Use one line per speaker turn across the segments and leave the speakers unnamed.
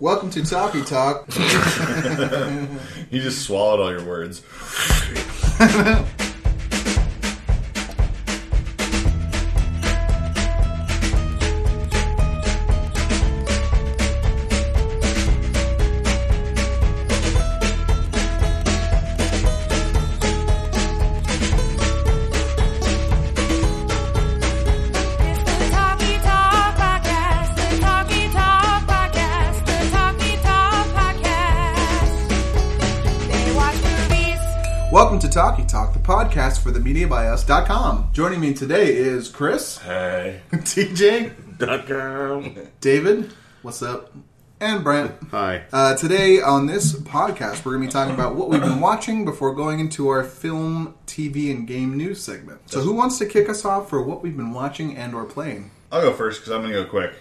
Welcome to Talkie Talk.
You just swallowed all your words.
It's the Talkie Talk Podcast. The Talkie Talk Podcast. The Talkie Talk Podcast. They watch movies.
Welcome to Talkie Talk, the podcast for the MediaByUs.com. Joining me today is Chris,
Hey.
TJ, David, what's up, and Brent.
Hi.
Uh, today on this podcast, we're going to be talking about what we've been watching before going into our film, TV, and game news segment. So, who wants to kick us off for what we've been watching and/or playing?
I'll go first because I'm going to go quick.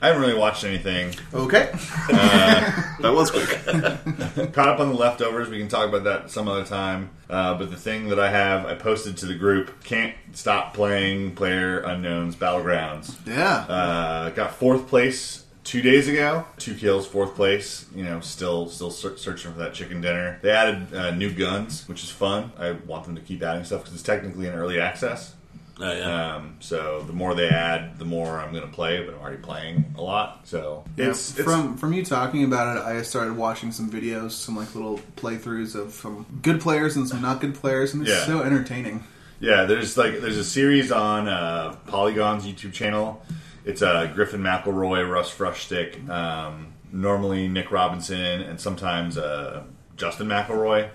I haven't really watched anything.
Okay,
That was quick.
Caught up on the leftovers. We can talk about that some other time. Uh, but the thing that I have, I posted to the group. Can't stop playing Player Unknown's Battlegrounds.
yeah,
Uh, got fourth place two days ago. Two kills, fourth place. You know, still still ser- searching for that chicken dinner. They added uh, new guns, which is fun. I want them to keep adding stuff because it's technically an early access.
Oh, yeah.
Um, so the more they add, the more I'm going to play. But I'm already playing a lot, so
Yeah,
it's, it's
from from you talking about it, I started watching some videos, some like little playthroughs of some good players and some not good players, and it's
Yeah.
so entertaining.
yeah. There's like there's a series on uh, Polygon's YouTube channel. It's uh, Griffin McElroy, Russ Frushstick, um, normally Nick Robinson, and sometimes uh, Justin McElroy.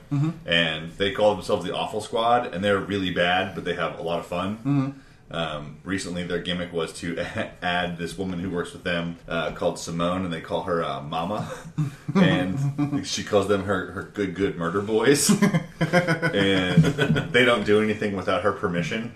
And they call themselves the Awful Squad, and they're really bad, but they have a lot of fun. Um, recently, their gimmick was to add this woman who works with them uh, called Simone, and they call her uh, Mama, and she calls them her, her good good murder boys, and they don't do anything without her permission.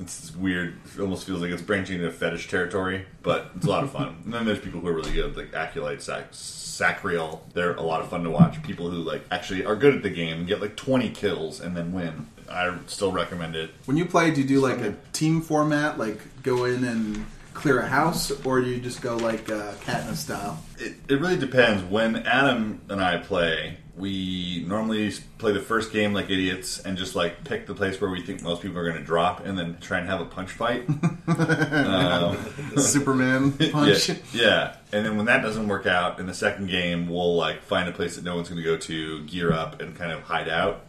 it's weird; it almost feels like it's branching into fetish territory, but it's a lot of fun. And then there's people who are really good, like Aculite, Sac- Sacriel. They're a lot of fun to watch. People who like actually are good at the game and get like 20 kills and then win. I still recommend it.
When you play, do you do like a team format, like go in and clear a house, or do you just go like uh, Katniss style?
It, it really depends. When Adam and I play, we normally s- play the first game like idiots and just like pick the place where we think most people are going to drop and then try and have a punch fight.
Superman punch.
Yeah, yeah. And then when that doesn't work out in the second game, we'll like find a place that no one's going to go to, gear up, and kind of hide out.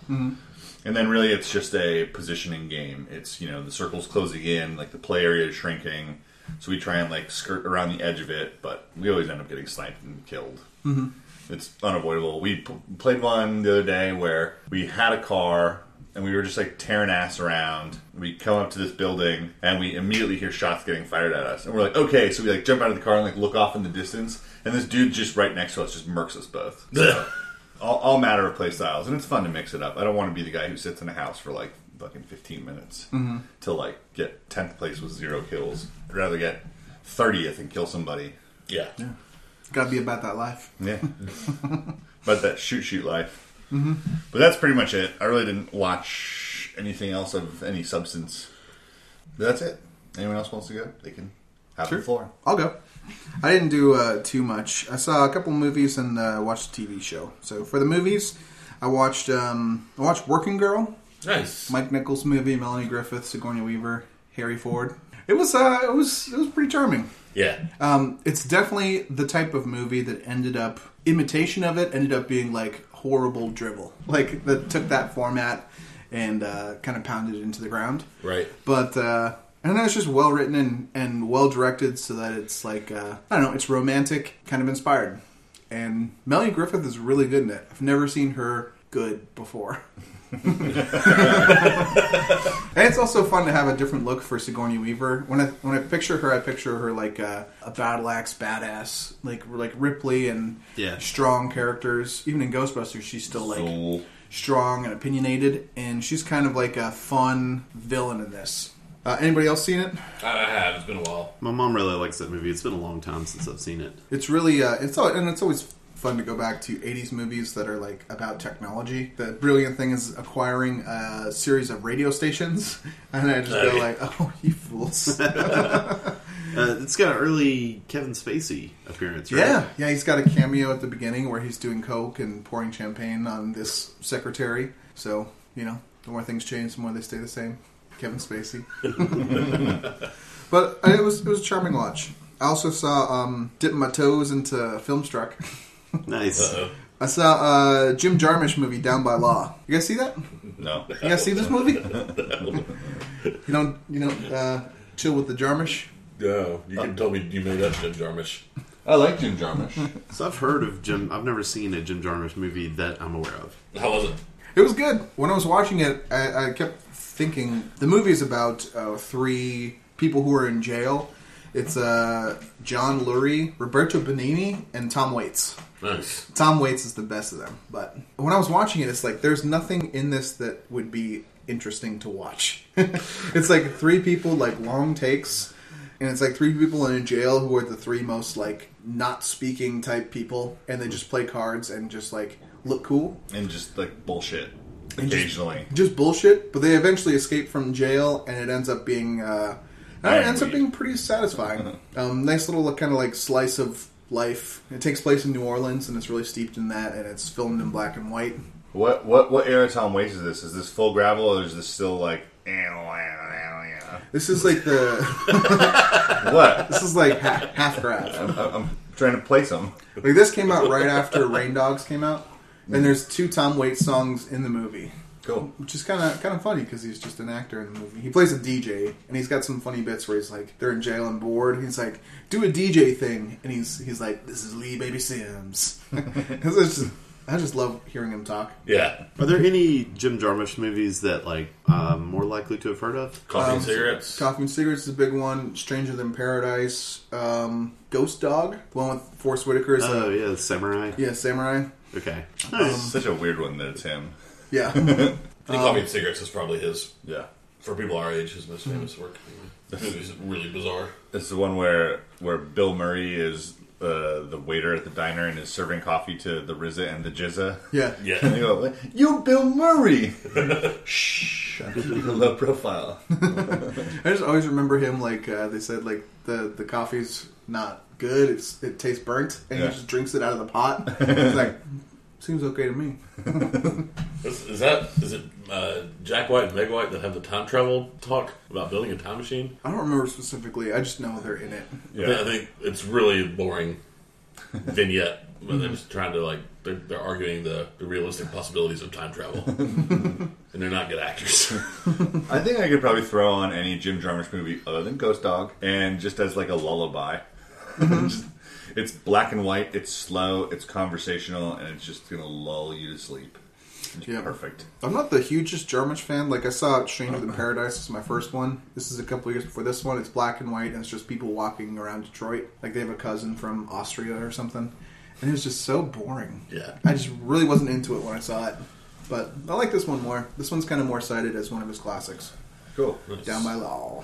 And then really, it's just a positioning game. It's you know the circle's closing in, like the play area is shrinking, so we try and like skirt around the edge of it, but we always end up getting sniped and killed. It's unavoidable. We p- played one the other day where we had a car and we were just like tearing ass around. We come up to this building and we immediately hear shots getting fired at us. And we're like, okay. So we like jump out of the car and like look off in the distance. And this dude just right next to us just murks us both. So, all, all matter of play styles. And it's fun to mix it up. I don't want to be the guy who sits in a house for like fucking 15 minutes to like get 10th place with zero kills. I'd rather get 30th and kill somebody.
Yeah.
Got to be about that life.
Yeah. but that shoot shoot life. Mm-hmm. But that's pretty much it. I really didn't watch anything else of any substance. But that's it. Anyone else wants to go? They can have the floor.
I'll go. I didn't do uh, too much. I saw a couple movies and uh, watched a TV show. So for the movies, I watched um, I watched Working Girl.
Nice.
Mike Nichols movie, Melanie Griffith, Sigourney Weaver, Harry Ford. It was uh, it was it was pretty charming.
yeah.
Um, it's definitely the type of movie that ended up imitation of it ended up being like horrible drivel, like that took that format and uh, kind of pounded it into the ground.
Right.
But uh, I don't know, it's just well written and, and well directed, so that it's like uh, I don't know, it's romantic, kind of inspired. And Melanie Griffith is really good in it. I've never seen her good before. And it's also fun to have a different look for Sigourney Weaver. When I when I picture her, I picture her like a, a battle axe badass, like like Ripley and
Yeah.
strong characters. Even in Ghostbusters, she's still like
Soul.
strong and opinionated, and she's kind of like a fun villain in this. Uh, anybody else seen it?
I I have. It's been a while.
My mom really likes that movie. It's been a long time since I've seen it.
It's really uh, it's all, and it's always fun to go back to 80s movies that are like about technology. The brilliant thing is acquiring a series of radio stations, and I just go
Okay.
like, "Oh, you fools!"
Uh, it's got an early Kevin Spacey appearance, right?
yeah, yeah. He's got a cameo at the beginning where he's doing coke and pouring champagne on this secretary. So you know, the more things change, the more they stay the same. Kevin Spacey. but uh, it was it was a charming watch. I also saw um, dipping my toes into Filmstruck.
Nice.
Uh-oh.
I saw uh, Jim Jarmusch movie Down by Law. You guys see that?
No.
You guys see this movie? you don't you don't uh, chill with the Jarmusch?
No, you can tell me you made up Jim Jarmusch.
I like Jim Jarmusch.
So I've heard of Jim. I've never seen a Jim Jarmusch movie that I'm aware of.
How was it?
It was good. When I was watching it, I, I kept thinking the movie is about uh, three people who are in jail. It's uh, John Lurie, Roberto Benigni, and Tom Waits.
Nice.
Tom Waits is the best of them. But when I was watching it, it's like there's nothing in this that would be interesting to watch. it's like three people, like long takes, and it's like three people in a jail who are the three most like not speaking type people, and they just play cards and just like look cool
and just like bullshit
just-
occasionally.
just bullshit. But they eventually escape from jail, and it ends up being uh, I don't know, it ends up being pretty satisfying. Um, nice little kind of like slice of life. It takes place in New Orleans, and it's really steeped in that, and it's filmed in black and white.
What what what era Tom Waits is this? Is this full gravel or is this still like eh, eh, eh,
This is like the
eh? what?
this is like half, half graph.
I'm, I'm trying to place them.
Like this came out right after Rain Dogs came out, and there's two Tom Waits songs in the movie.
Cool.
which is kind of kind of funny because he's just an actor in the movie. He plays a DJ, and he's got some funny bits where he's like, they're in jail and bored. And he's like, do a DJ thing, and he's he's like, this is Lee Baby Sims. 'Cause it's just- I just love hearing him talk.
Yeah.
Are there any Jim Jarmusch movies that like I'm more likely to have heard of?
Coffee and cigarettes.
Coffee and cigarettes is a big one. Stranger Than Paradise, um, Ghost Dog, the one with Forrest Whitaker is
Oh
a
yeah, Samurai.
yeah Um, samurai.
Okay.
It's such a weird one that it's him.
Yeah,
I think Coffee and cigarettes is probably his
Yeah.
for people our age his most famous work. The movie's really bizarre.
It's the one where where Bill Murray is uh, the waiter at the diner and is serving coffee to the Rizza and the Jizza.
yeah.
And
Yeah.
they go, you Bill Murray. Shh, I'm keeping a low profile.
I just always remember him like uh, they said like the the coffee's not good. It's it tastes burnt, and
Yeah.
he just drinks it out of the pot. it's like seems okay to me.
Is, is that is it uh, Jack White and Meg White that have the time travel talk about building a time machine?
I don't remember specifically. I just know they're in it.
I think- I think it's really boring vignette when they're just trying to like they're, they're arguing the, the realistic possibilities of time travel, and they're not good actors.
I think I could probably throw on any Jim Jarmusch movie other than Ghost Dog, and just as like a lullaby.
Mm-hmm.
Just- it's black and white. It's slow. It's conversational, and it's just gonna lull you to sleep. It's
Yeah.
perfect.
I'm not the hugest Jarmusch fan. Like I saw Stranger Than Paradise is my first one. This is a couple years before this one. It's black and white, and it's just people walking around Detroit. Like they have a cousin from Austria or something, and it was just so boring.
Yeah.
I just really wasn't into it when I saw it. But I like this one more. This one's kind of more cited as one of his classics.
Cool.
Down by Law.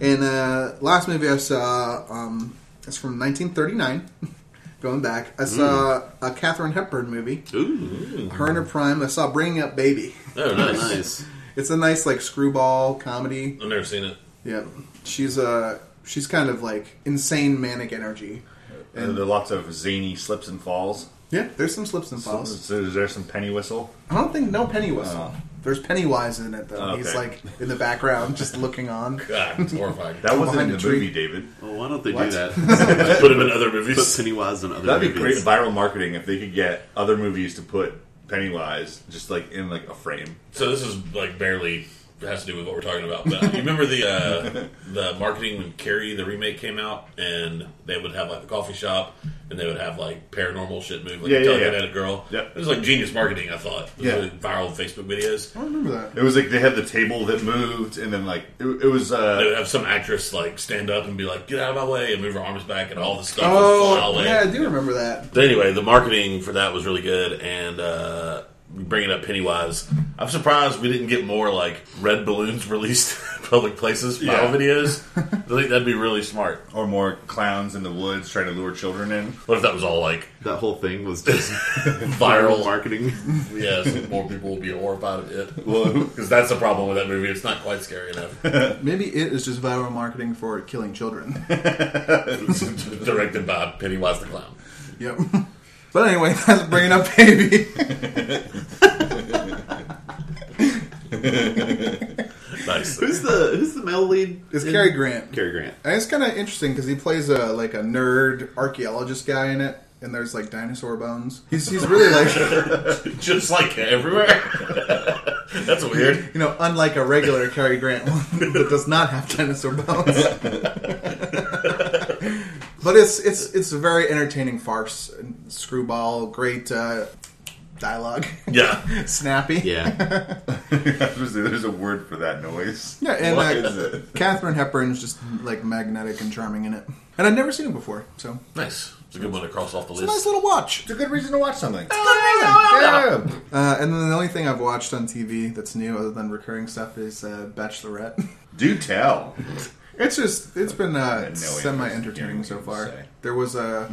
And uh, last movie I saw, um, it's from 1939. Going back, I saw a Katharine Hepburn movie,
Ooh.
her in her prime. I saw Bringing Up Baby.
Oh,
Oh,
nice.
nice.
It's a nice like screwball comedy.
I've never seen it.
Yep, she's uh, she's kind of like insane manic energy.
And there are lots of zany slips and falls.
Yeah, there's some slips Oh. and
So,
falls.
so is there some penny whistle?
I don't think no Penny whistle. There's Pennywise in it though. He's
Okay.
like in the background, just looking on.
God, it's horrifying.
That wasn't in
Behind
the
a tree.
movie, David.
Well, why don't they
What?
do that?
Put him in other
Put
movies.
Pennywise in other
That'd be great
movies.
viral marketing if they could get other movies to put Pennywise just like in like a frame.
So this is like barely has to do with what we're talking about. But you remember the uh, the marketing when Carrie the remake came out, and they would have like the coffee shop, and they would have like paranormal shit movie, like
Yeah,
a
yeah, yeah.
telekinetic girl.
Yep.
It was like genius marketing. I thought. It was
Yeah.
like viral Facebook videos.
I don't remember that.
It was like they had the table that moved, and then like it, it was. uh
They would have some actress like stand up and be like, "Get out of my way," and move her arms back, and all the stuff would fly
Oh
away.
yeah, I do remember that.
But anyway, the marketing for that was really good, and uh, bringing up Pennywise, I'm surprised we didn't get more like red balloons released public places style
Yeah.
videos. I think that'd be really smart.
Or more clowns in the woods trying to lure children in.
What if that was all like
That whole thing was just viral
viral?
marketing.
yes, more people would be horrified of it.
Well,
Because that's the problem with that movie. It's not quite scary enough.
Maybe it is just viral marketing for killing children.
Directed by Pennywise the Clown.
yep. But anyway, that's bringing up baby.
Nice.
who's the Who's the male lead?
It's
in-
Cary Grant.
Cary Grant.
And it's kind of interesting because he plays a like a nerd archaeologist guy in it, and there's like dinosaur bones. He's he's really like
Just like everywhere. that's weird.
you know unlike a regular Cary Grant one that does not have dinosaur bones. but it's it's it's a very entertaining farce, and screwball, great uh, dialogue,
Yeah.
snappy.
Yeah,
I was gonna say, there's a word for that noise.
Yeah, and
What
uh,
is it?
Catherine Hepburn's just like magnetic and charming in it, and I've never seen it before, so
Nice. It's a good one to cross off the
it's a nice
list.
little watch.
It's a good reason to watch something.
Yeah. Uh, and then the only thing I've watched on TV that's new, other than recurring stuff, is uh, Bachelorette.
Do tell.
it's just it's been
no
uh,
interest
semi-entertaining
in
so
what you
far.
say.
There was uh,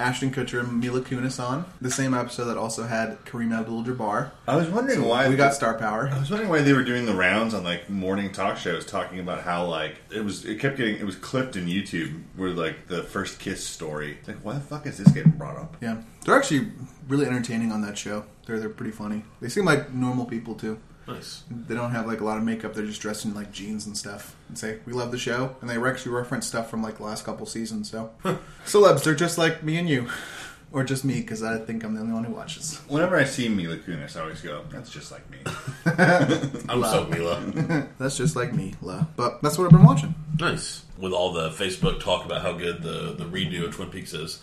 Ashton Kutcher and Mila Kunis on the same episode that also had Kareem Abdul-Jabbar.
I was wondering why
We got star power.
I was wondering why they were doing the rounds on like morning talk shows, talking about how like it was. It kept getting it was clipped in YouTube where like the first kiss story. It's like, why the fuck is this getting brought up?
Yeah, they're actually really entertaining on that show. They're they're pretty funny. They seem like normal people too.
Nice.
They don't have like a lot of makeup. They're just dressed in like jeans and stuff and say we love the show. And they actually reference stuff from like the last couple seasons. So celebs, they're just like me and you, or just me because I think I'm the only one who watches.
Whenever I see Mila Kunis, I always go, "That's just like me."
I'm so Mila.
That's just like me, la. But that's what I've been watching.
Nice. With all the Facebook talk about how good the, the redo of Twin Peaks is,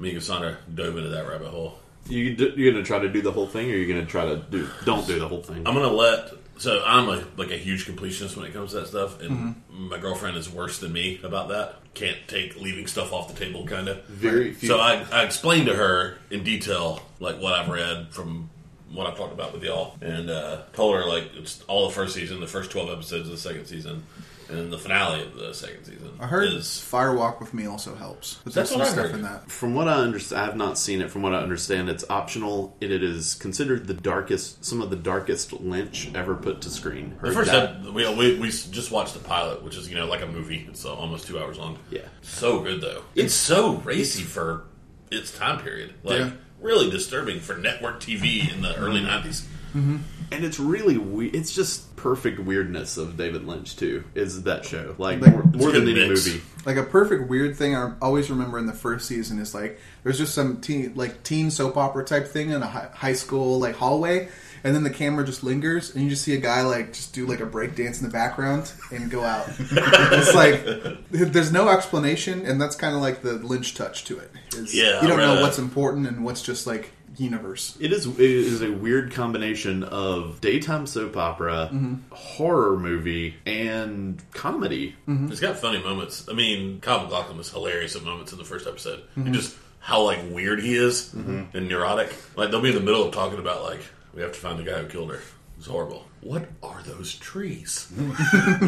me and Cassandra dove into that rabbit hole.
you d- you're gonna try to do the whole thing, or you're gonna try to do don't do the whole thing.
I'm gonna let. So I'm a like a huge completionist when it comes to that stuff, and my girlfriend is worse than me about that. Can't take leaving stuff off the table, kind of.
Very few.
So I, I explained to her in detail like what I've read from what I've talked about with y'all, and uh, told her like it's all the first season, the first twelve episodes of the second season, and then the finale of the second season.
I heard
is
Fire Walk with Me also helps. But there's
That's
some
what I
stuff
heard.
in that.
From what I understand, I have not seen it. From what I understand, it's optional. and It is considered the darkest, some of the darkest Lynch ever put to screen.
the
Heard
first.
that.
ep- we, we we just watched the pilot, which is you know like a movie. It's uh, almost two hours long.
Yeah.
so good though. It's so racy for its time period. Like
Yeah.
really disturbing for network TV in the early nineties.
and it's really we- it's just perfect weirdness of David Lynch too. Is that show like,
Like,
more,
it's
more
a
than
good
any
mix.
movie?
Like a perfect weird thing I always remember in the first season is like there's just some teen like teen soap opera type thing in a hi- high school like hallway, and then the camera just lingers and you just see a guy like just do like a break dance in the background and go out. it's like there's no explanation, and that's kind of like the Lynch touch to it. It's-
Yeah,
you don't know
right.
what's important and what's just like universe.
It is it is a weird combination of daytime soap opera,
Mm-hmm.
horror movie, and comedy.
It's got funny moments. I mean, Kyle McLaughlin was hilarious at moments in the first episode. And just how like weird he is and neurotic. Like they'll be in the middle of talking about like we have to find the guy who killed her. It's horrible. What are those trees?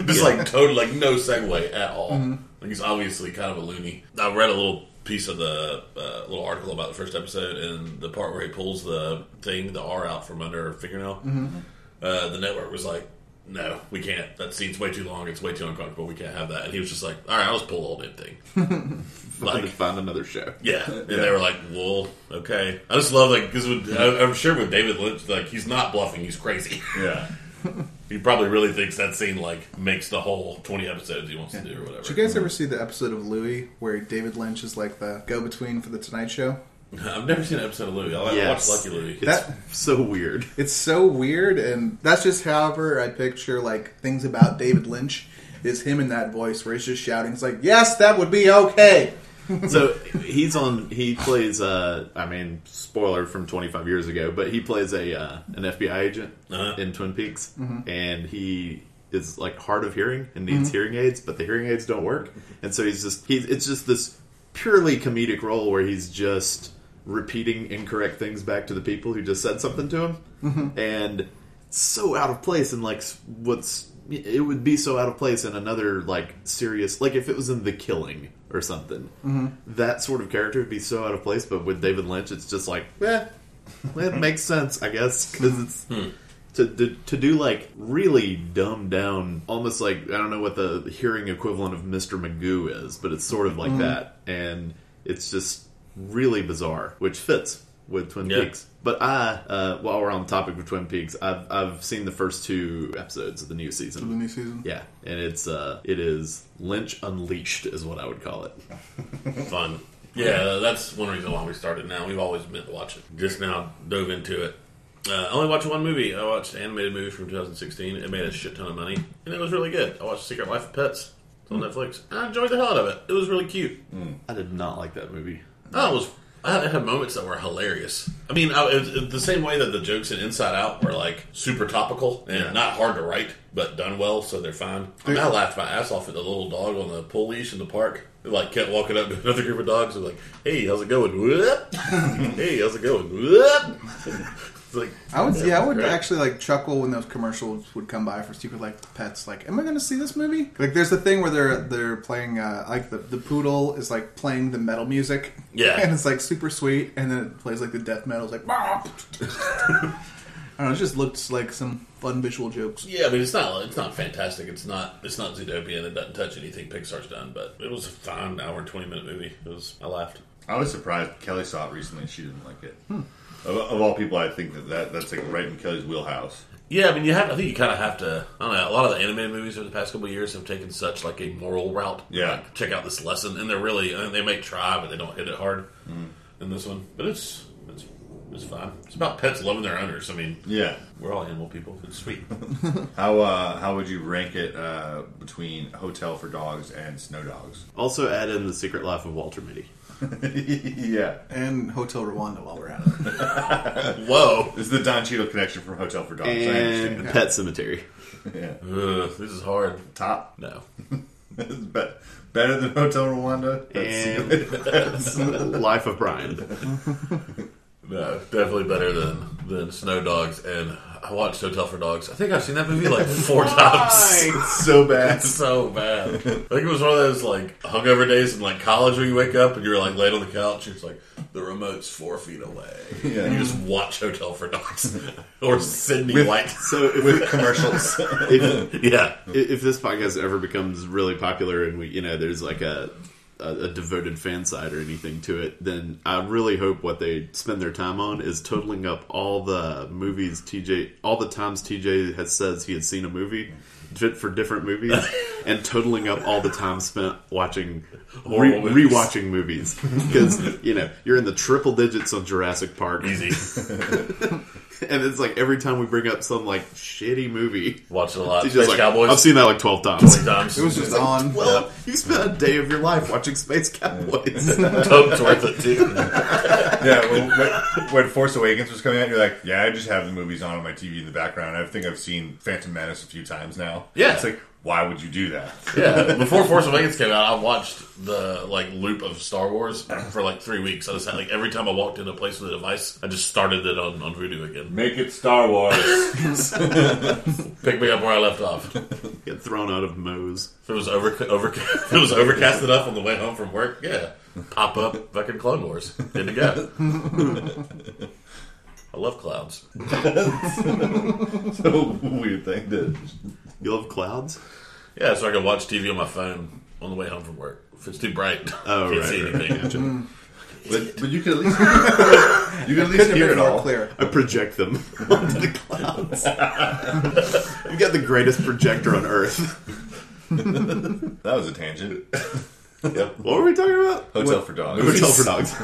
just like totally like no segue at all. Like he's obviously kind of a loony. I read a little piece of the uh, little article about the first episode and the part where he pulls the thing the R out from under her fingernail. Uh, the network was like, "No, we can't. That scene's way too long. It's way too uncomfortable. We can't have that." And he was just like, "All right, I'll just pull the whole damn thing."
I'm gonna
like,
find another show.
yeah. And they were like, "Well, okay." I just love like because I'm sure with David Lynch, like he's not bluffing. He's crazy.
Yeah.
he probably really thinks that scene like makes the whole 20 episodes he wants to do or
Did
whatever.
you guys ever see the episode of Louis where David Lynch is like the go-between for the Tonight Show?
I've never seen an episode of Louie. I
Yes.
watched Lucky Louie.
It's
That-
so weird.
It's so weird, and that's just however I picture like things about David Lynch is him in that voice where he's just shouting. It's like, yes, that would be okay.
so he's on he plays uh i mean spoiler from 25 years ago but he plays a uh, an fbi agent
Uh-huh.
in twin peaks and he is like hard of hearing and needs hearing aids but the hearing aids don't work and so he's just he's it's just this purely comedic role where he's just repeating incorrect things back to the people who just said something to him and so out of place and like s- what's it would be so out of place in another like serious like if it was in The Killing or something. That sort of character would be so out of place, but with David Lynch, it's just like, eh, it makes sense, I guess, because it's. To, to, to do like really dumbed down, almost like I don't know what the hearing equivalent of Mr. Magoo is, but it's sort of like that, and it's just really bizarre, which fits with Twin
Yeah.
Peaks. But I, uh, while we're on the topic of Twin Peaks, I've I've seen the first two episodes of the new
the
season.
new season.
Yeah, and it's uh, it is Lynch Unleashed is what I would call it.
fun. Yeah, that's one reason why we started now. We've always meant to watch it. Just now dove into it. Uh, I only watched one movie. I watched an animated movie from 2016. It made a shit ton of money, and it was really good. I watched Secret Life of Pets. It's on Netflix. I enjoyed the hell out of it. It was really cute.
I did not like that movie.
I Oh, was. I had- I had moments that were hilarious. I mean, I, it was the same way that the jokes in Inside Out were like super topical and not hard to write, but done well, so they're fine. I, mean, I laughed my ass off at the little dog on the pull leash in the park. It, like kept walking up to another group of dogs and like, "Hey, how's it going? Whoop. hey, how's it going? Whoop." it's like
I would, yeah, I would
Right.
actually like chuckle when those commercials would come by for Secret Life of Pets. Like, am I going to see this movie? Like, there's the thing where they're they're playing uh, like the, the poodle is like playing the metal music,
Yeah.
and it's like super sweet, and then it plays like the death metal, it's like, I don't know, it just looked like some fun visual jokes.
Yeah, I mean it's not it's not fantastic. It's not it's not Zootopia and it doesn't touch anything Pixar's done, but it was a fine hour and twenty minute movie. It was I laughed.
I was surprised Kelly saw it recently and she didn't like it. Of, of all people, I think that, that that's like right in Kelly's wheelhouse.
Yeah, I mean, you have. I think you kind of have to. I don't know. A lot of the animated movies over the past couple of years have taken such like a moral route.
Yeah.
Like, check out this lesson, and they're really and they may try, but they don't hit it hard in this one. But it's it's it's fine. It's about pets loving their owners. I mean,
Yeah.
we're all animal people. It's sweet.
How uh, how would you rank it uh, between Hotel for Dogs and Snow Dogs?
Also, add in the Secret Life of Walter Mitty.
yeah,
And Hotel Rwanda while we're at it.
Whoa,
this is the Don Cheadle connection from Hotel for Dogs. I
and
understand.
Pet Cemetery.
Yeah.
Ugh, this is hard.
Top,
No,
It's be- better than Hotel Rwanda.
And-
That's-
Life of Brian.
no, definitely better than than Snow Dogs. And I watched Hotel for Dogs. I think I've seen that movie like four times.
it's so bad.
so bad. I think it was one of those like hungover days in like college where you wake up and you're like laid on the couch and it's like the remote's four feet away.
Yeah.
And you just watch Hotel for Dogs or Sydney White.
So if,
with commercials.
if,
Yeah.
if this podcast ever becomes really popular and we, you know, there's like a a, a devoted fan side or anything to it, then I really hope what they spend their time on is totaling up all the movies TJ, all the times TJ has says he has seen a movie di- for different movies, and totaling up all the time spent watching re,
Horrible movies.
rewatching movies because you know you're in the triple digits on Jurassic Park,
Easy.
and it's like every time we bring up some like shitty movie.
Watch it a lot.
He's
Space
just like,
Cowboys.
I've seen that like 12 times.
times.
It was just on.
Well, you spent a day of your life watching Space Cowboys.
Totes worth it too.
yeah, when, when- when Force Awakens was coming out, you're like, yeah, I just have the movies on on my TV in the background. I think I've seen Phantom Menace a few times now.
Yeah.
It's like, why would you do that?
Yeah. Before Force Awakens came out, I watched the like loop of Star Wars for like three weeks. I just had like every time I walked into a place with a device, I just started it on, on Voodoo again.
Make it Star Wars.
Pick me up where I left off.
Get thrown out of Moe's.
If it was over, over if it was overcast enough on the way home from work, yeah, pop up fucking Clone Wars, good to go. I love clouds.
so weird thing to.
You love clouds?
Yeah, so I can watch TV on my phone on the way home from work. If it's too bright,
Oh,
can't
right,
see
right,
anything. Mm.
But, but you could at least you could at least
Couldn't have
hear
been
it
more
all.
clear.
I project them onto the clouds. You've got the greatest projector on Earth.
That was a tangent.
What were we talking about?
Hotel for dogs.
Hotel for Dogs.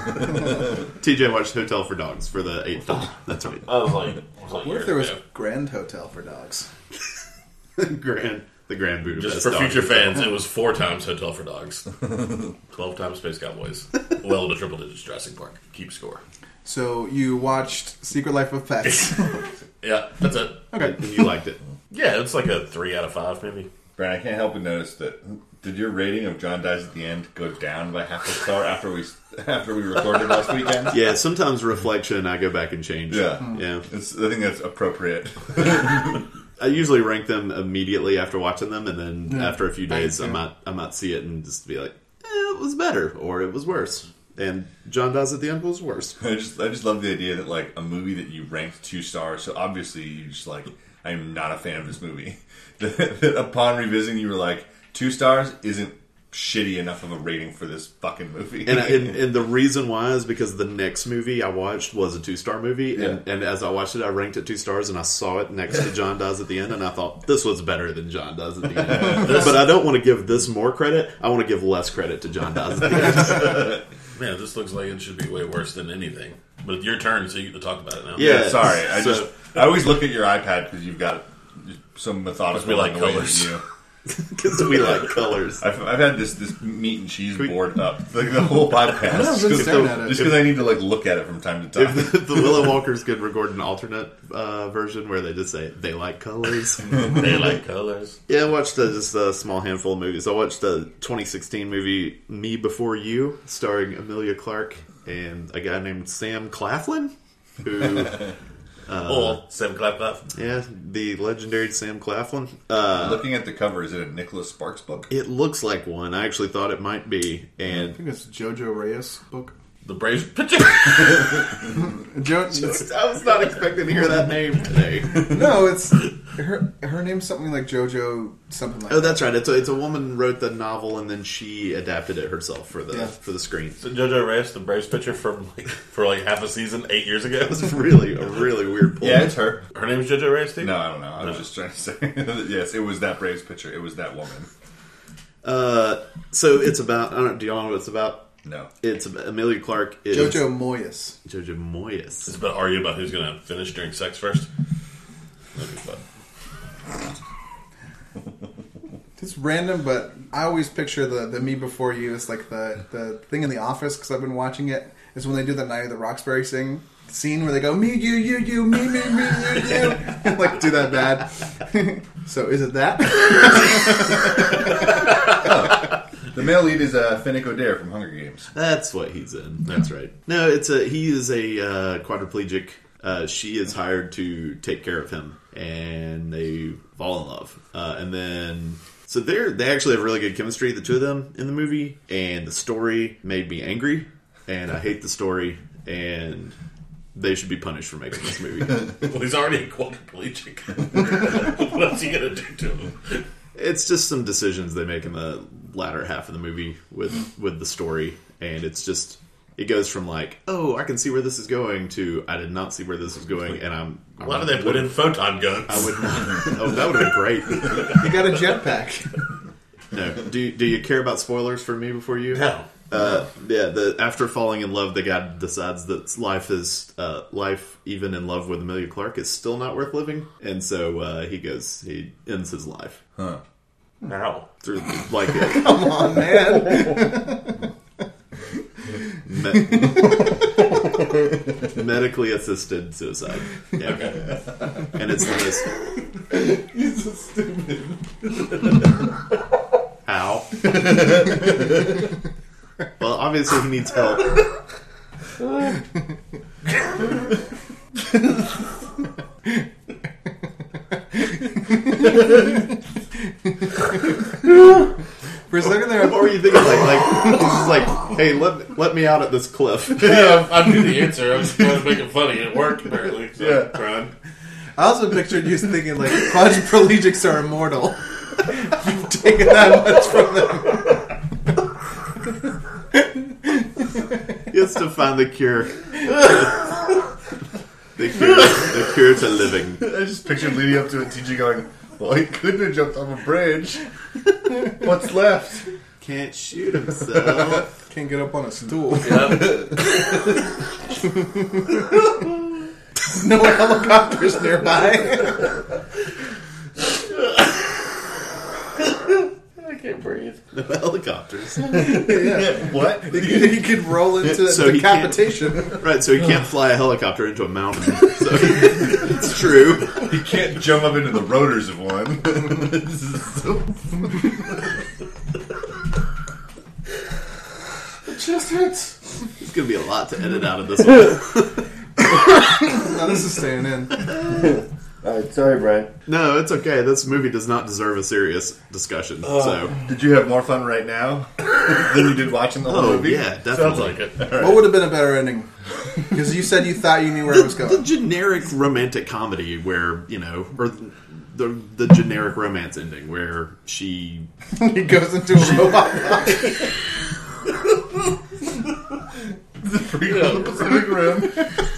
TJ watched Hotel for Dogs for the eighth time. That's right.
I was like, I was
What if
like years
there was
ago.
Grand Hotel for dogs?
Grand, the Grand Budapest.
just for
Dog
future
Hotel.
fans, it was four times Hotel for Dogs, twelve times Space Cowboys, well into triple digits Jurassic Park. Keep score.
So you watched Secret Life of Pets.
Yeah, that's it.
Okay.
And you liked it.
Yeah, it's like a three out of five, maybe.
Brian, I can't help but notice that. Did your rating of John dies at the end go down by half a star after we after we recorded last weekend?
Yeah, sometimes reflection, I go back and change.
Yeah.
Yeah.
It's, I think that's appropriate.
I usually rank them immediately after watching them, and then
Yeah.
after a few
I
days, I
do.
might I might see it and just be like, eh, it was better or it was worse. And John dies at the end was worse.
I just I just love the idea that like a movie that you ranked two stars, so obviously you just like I'm not a fan of this movie. that, that upon revisiting, you were like two stars isn't shitty enough of a rating for this fucking movie.
And, and and the reason why is because the next movie I watched was a two star movie, and, and as I watched it, I ranked it two stars, and I saw it next to John Dies at the End, and I thought this was better than John Dies at the End. but I don't want to give this more credit. I want to give less credit to John Dies at the End.
Man, this looks like it should be way worse than anything. But it's your turn, so you get to talk about it now.
Yeah.
Yeah, sorry, I
So-
just I always look at your iPad because you've got some methodical
We like
in the way that
colors.
You.
because we like colors.
I've, I've had this this meat and cheese
we-
board up like the whole podcast
I've been
just
staring at it.
because I need to like look at it from time to time.
If the, the Willow Walkers could record an alternate uh, version where they just say they like colors.
They like colors.
yeah, I watched uh, just a small handful of movies. I watched the 2016 movie Me Before You, starring Amelia Clark and a guy named Sam Claflin, who
or Sam Uh, Clap Clap.
yeah, the legendary Sam Claflin. Uh,
Looking at the cover, is it a Nicholas Sparks book?
it looks like one. I actually thought it might be, and
I think it's Jojo Reyes book.
The Braves picture.
Jo- it's,
I was not expecting to hear that name today.
no, it's her. Her name's something like Jojo something like.
Oh,
that.
that's right. It's a, it's a woman wrote the novel and then she adapted it herself for the
Yeah.
for the screen.
So Jojo Reyes, the Braves pitcher from like for like half a season eight years ago.
It's really a really weird pull.
Yeah, it's her.
Her name is Jojo Reyes, too.
No, I don't know. I was just trying to say. yes, it was that Braves pitcher. It was that woman.
Uh, so it's about I don't do y'all know what it's about?
No.
It's about- Amelia Clark is
Jojo Moyes.
Jojo Moyes.
It's about argue about who's gonna finish during sex first. That'd be fun.
It's random, but I always picture the, the me before you is like the, the thing in the office because I've been watching it. Is when they do the night of the Roxbury sing scene where they go me you you you me me me you you and like do that bad. so is it that?
The male lead is uh, Finnick O'Dare from Hunger Games.
That's what he's in. That's right. No, it's a he is a uh, quadriplegic. Uh, she is hired to take care of him, and they fall in love. Uh, and then so they're they actually have really good chemistry, the two of them in the movie. And the story made me angry, and I hate the story. And they should be punished for making this movie.
Well, he's already a quadriplegic. what else are you gonna do to him?
it's just some decisions they make in the latter half of the movie with with the story and it's just it goes from like oh i can see where this is going to i did not see where this is going and i'm I'm-
Why do they put in photon guns?
i would not oh that would have been great
You got a jetpack.
no do, do you care about spoilers for me before you
No.
uh, yeah, the after falling in love, the guy decides that life is uh, life, even in love with Amelia Clark, is still not worth living, and so uh, he goes, he ends his life
Now.
through like a,
Come on, Oh, man.
Me- medically assisted suicide. Yeah. And it's the most.
He's so stupid.
How? well, obviously he needs help.
For a second there, I
What were you thinking? Like, like he's just like, hey, let let me out at this cliff.
Yeah, I knew the answer. I was trying to make it funny. It worked apparently. So yeah. Trying.
I also pictured you thinking like quadriplegics are immortal. You've taken that much from them.
He has to find the cure. the cure, the cure to living.
I just pictured leading up to it, TJ going, Well, he couldn't have jumped off a bridge. What's left?
Can't shoot himself.
Can't get up on a stool.
Yeah.
No helicopters nearby.
I can't breathe.
No helicopters.
What?
he could roll into
So he can't-
decapitation.
Right, so he can't fly a helicopter into a mountain. So it's true.
He can't jump up into the rotors of one. this is so
Just hurts.
It's gonna be a lot to edit out of this one.
No, this is staying in.
All right, sorry, Brian.
No, it's okay. This movie does not deserve a serious discussion. so,
Did you have more fun right now than you did watching the whole
oh
movie?
yeah, definitely.
Sounds like it.
What would have been a better ending? Because you said you thought you knew where it was
the
going.
generic romantic comedy where you know, or the the generic romance ending where she
he goes into a robot.
the Pacific Rim.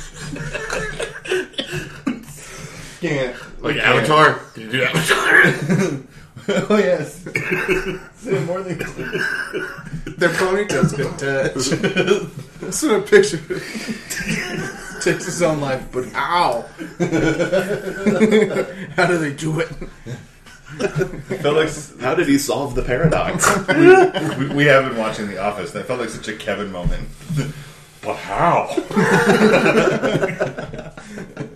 Can't.
Like Avatar. Did you do Avatar?
Oh yes. Say more than
Their ponytails get touch. That's what a picture. Takes his own life, but how? how do they do it?
It felt like s-
how did he solve the paradox?
we, we have been watching The Office. That felt like such a Kevin moment. but how?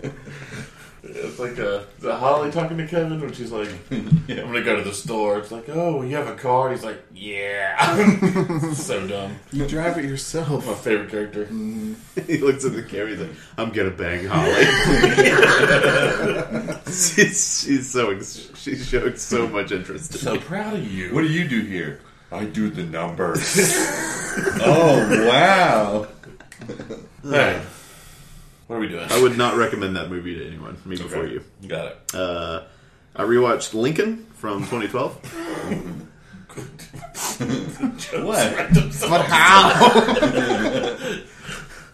it's like uh, is it Holly talking to Kevin when she's like, "I'm gonna go to the store." It's like, "Oh, you have a car?" And he's like, "Yeah." so dumb.
You drive it yourself.
My favorite character.
he looks at the camera. He's like, "I'm gonna bang Holly." she's, she's so ex- she showed so much interest.
So proud of you.
What do you do here? I do the numbers. oh wow!
Hey, what are we doing?
I would not recommend that movie to anyone, me before
Okay.
you.
Got it.
Uh, I rewatched Lincoln from 2012.
What?
But how?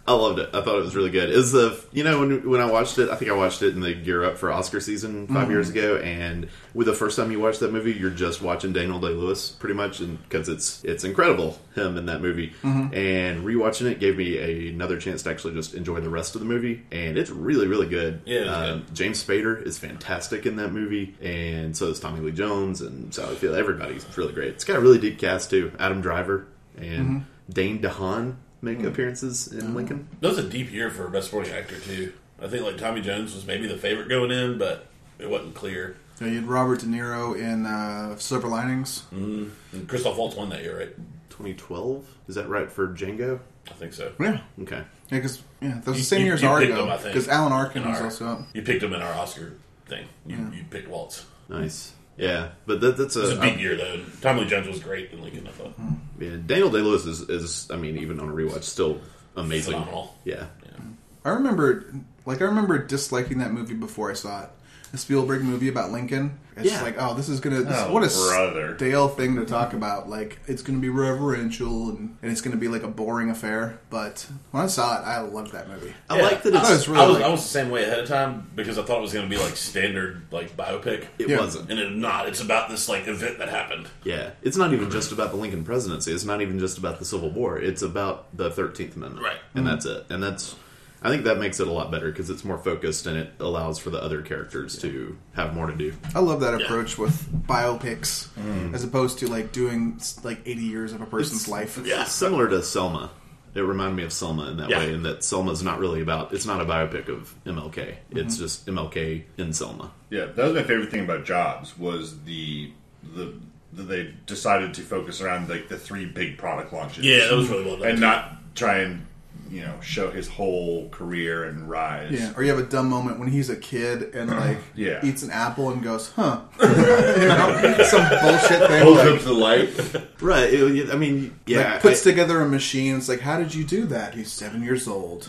I loved it. I thought it was really good. It was the you know when when I watched it, I think I watched it in the gear up for Oscar season 5
Mm-hmm.
years ago. And with the first time you watch that movie, you're just watching Daniel Day Lewis pretty much, and because it's it's incredible him in that movie.
Mm-hmm.
And rewatching it gave me a- another chance to actually just enjoy the rest of the movie, and it's really really good.
Yeah, it was
Um, James Spader is fantastic in that movie, and so is Tommy Lee Jones and Sally Field. Everybody's really great. It's got a really deep cast too. Adam Driver and
Mm-hmm.
Dane DeHaan make
Mm.
appearances
Oh.
in Lincoln.
That was a deep year for best supporting actor too. I think like Tommy Jones was maybe the favorite going in, but it wasn't clear.
you had Robert De Niro in uh, Silver Linings.
And Christoph Waltz won that year, right?
2012. Is that right for Django?
I think so.
Yeah.
Okay.
Yeah, because yeah, that was the
You-
same
you-
year as
you picked
Argo.
them, I think.
Because Alan Arkin
In
was
our-
also up.
You picked him in our Oscar thing. You, you picked Waltz.
Nice. Yeah, but that, that's
It was
a,
a big year though. Tommy Lee Jones was great in Lincoln. I thought.
Mm-hmm.
yeah, Daniel Day Lewis is, is I mean even on a rewatch still amazing.
Phenomenal.
Yeah.
I remember, like, I remember disliking that movie before I saw it. A Spielberg movie about Lincoln. It's
Yeah.
like, oh, this is gonna this,
Oh,
what a
brother.
stale thing to talk about. Like, it's gonna be reverential and, and it's gonna be like a boring affair. But when I saw it, I loved that movie.
I
Yeah.
like that
I thought it was
it's,
really.
I was
like-
I was the same way ahead of time because I thought it was going to be like standard like biopic,
it
yeah.
wasn't.
and it's not. It's about this like event that happened.
Yeah, it's not even just about the Lincoln presidency. It's not even just about the Civil War. It's about the Thirteenth Amendment,
Right.
And
Mm-hmm.
that's it. And that's I think that makes it a lot better because it's more focused and it allows for the other characters to have more to do.
I love that approach with biopics
Mm.
as opposed to like doing like eighty years of a person's life.
Yeah, similar to Selma. It reminded me of Selma in that
Yeah.
way, in that Selma's not really about. It's not a biopic of MLK.
Mm-hmm.
It's just MLK in Selma.
Yeah, that was my favorite thing about Jobs was the the that they decided to focus around like the three big product launches.
Yeah, that was really well done.
and not try and you know show his whole career and rise.
Yeah, or you have a dumb moment when he's a kid and like
Yeah.
eats an apple and goes, "Huh," you know, some bullshit thing.
Holds
like-
up to the light.
Right. it- I mean, yeah.
like, puts
I-
together a machine. It's like, how did you do that? He's seven years old.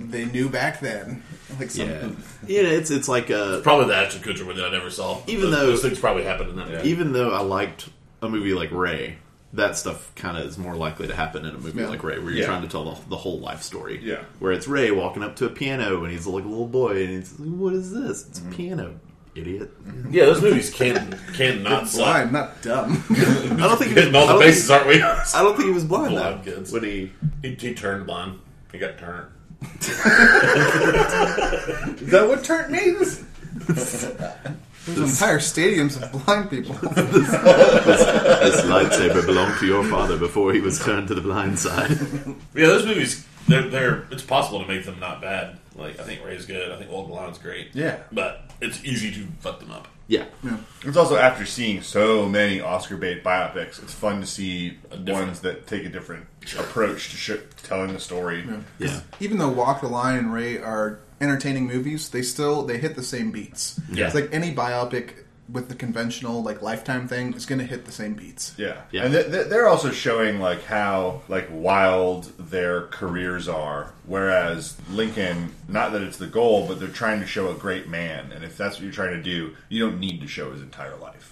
they knew back then. Like, some,
yeah. Yeah. It's it's like a,
probably the Ashton Kutcher one that I never saw.
Even
those,
though-
those things probably happened in that. movie.
even though I liked a movie like Ray, that stuff kind of is more likely to happen in a movie
Yeah.
like Ray, where you're
Yeah.
trying to tell the, the whole life story.
Yeah.
Where it's Ray walking up to a piano and he's like a little boy and he's like, "What is this? It's
Mm-hmm.
a piano." Idiot.
Yeah, those movies can can not suck.
blind, not dumb.
I don't think he was,
Hitting all
I
the
don't
bases,
think,
aren't we?
I don't think he was blind,
Blind
though.
kids.
When he
he, he turned blind. He got turned.
Is that what turn means?
There's entire stadiums of blind people.
This lightsaber belonged to your father before he was turned to the blind side.
Yeah, those movies they're, they're it's possible to make them not bad. Like I think Ray's good. I think Old Milan's great.
Yeah.
but it's easy to fuck them up.
Yeah.
It's also after seeing so many Oscar bait biopics, it's fun to see
different-
ones that take a different approach to sh- telling the story.
Yeah.
even though Walk the Line and Ray are entertaining movies, they still they hit the same beats.
Yeah.
It's like any biopic with the conventional like lifetime thing is going to hit the same beats.
Yeah,
Yeah.
and th- th- they're also showing like how like wild their careers are. Whereas Lincoln, not that it's the goal, but they're trying to show a great man. And if that's what you're trying to do, you don't need to show his entire life.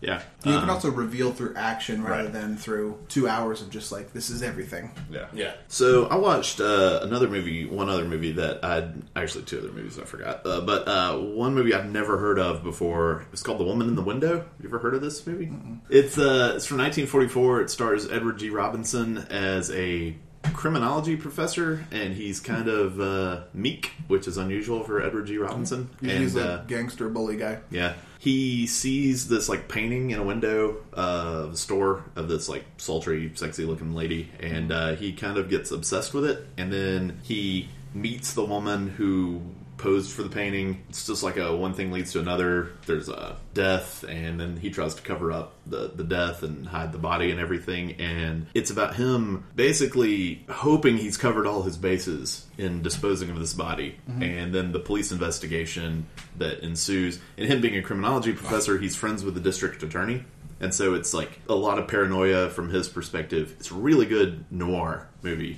Yeah.
You can also reveal through action rather
Right.
than through two hours of just like this is everything.
Yeah,
Yeah,
So I watched uh, another movie, one other movie that I actually two other movies I forgot, uh, but uh, one movie I've never heard of before. It's called The Woman in the Window. You ever heard of this movie? It's uh, it's from 1944. It stars Edward G. Robinson as a criminology professor, and he's kind of uh, meek, which is unusual for Edward G. Robinson.
Usually Mm-hmm. he's
and,
a
uh,
gangster bully guy.
yeah. He sees this like painting in a window of a store of this like sultry, sexy looking lady, and uh, he kind of gets obsessed with it. And then he meets the woman who posed for the painting. It's just like a one thing leads to another. There's a death, and then he tries to cover up the, the death and hide the body and everything. And it's about him basically hoping he's covered all his bases in disposing of this body. And then the police investigation that ensues. And him being a criminology professor, he's friends with the district attorney. And so it's like a lot of paranoia from his perspective. It's a really good noir movie.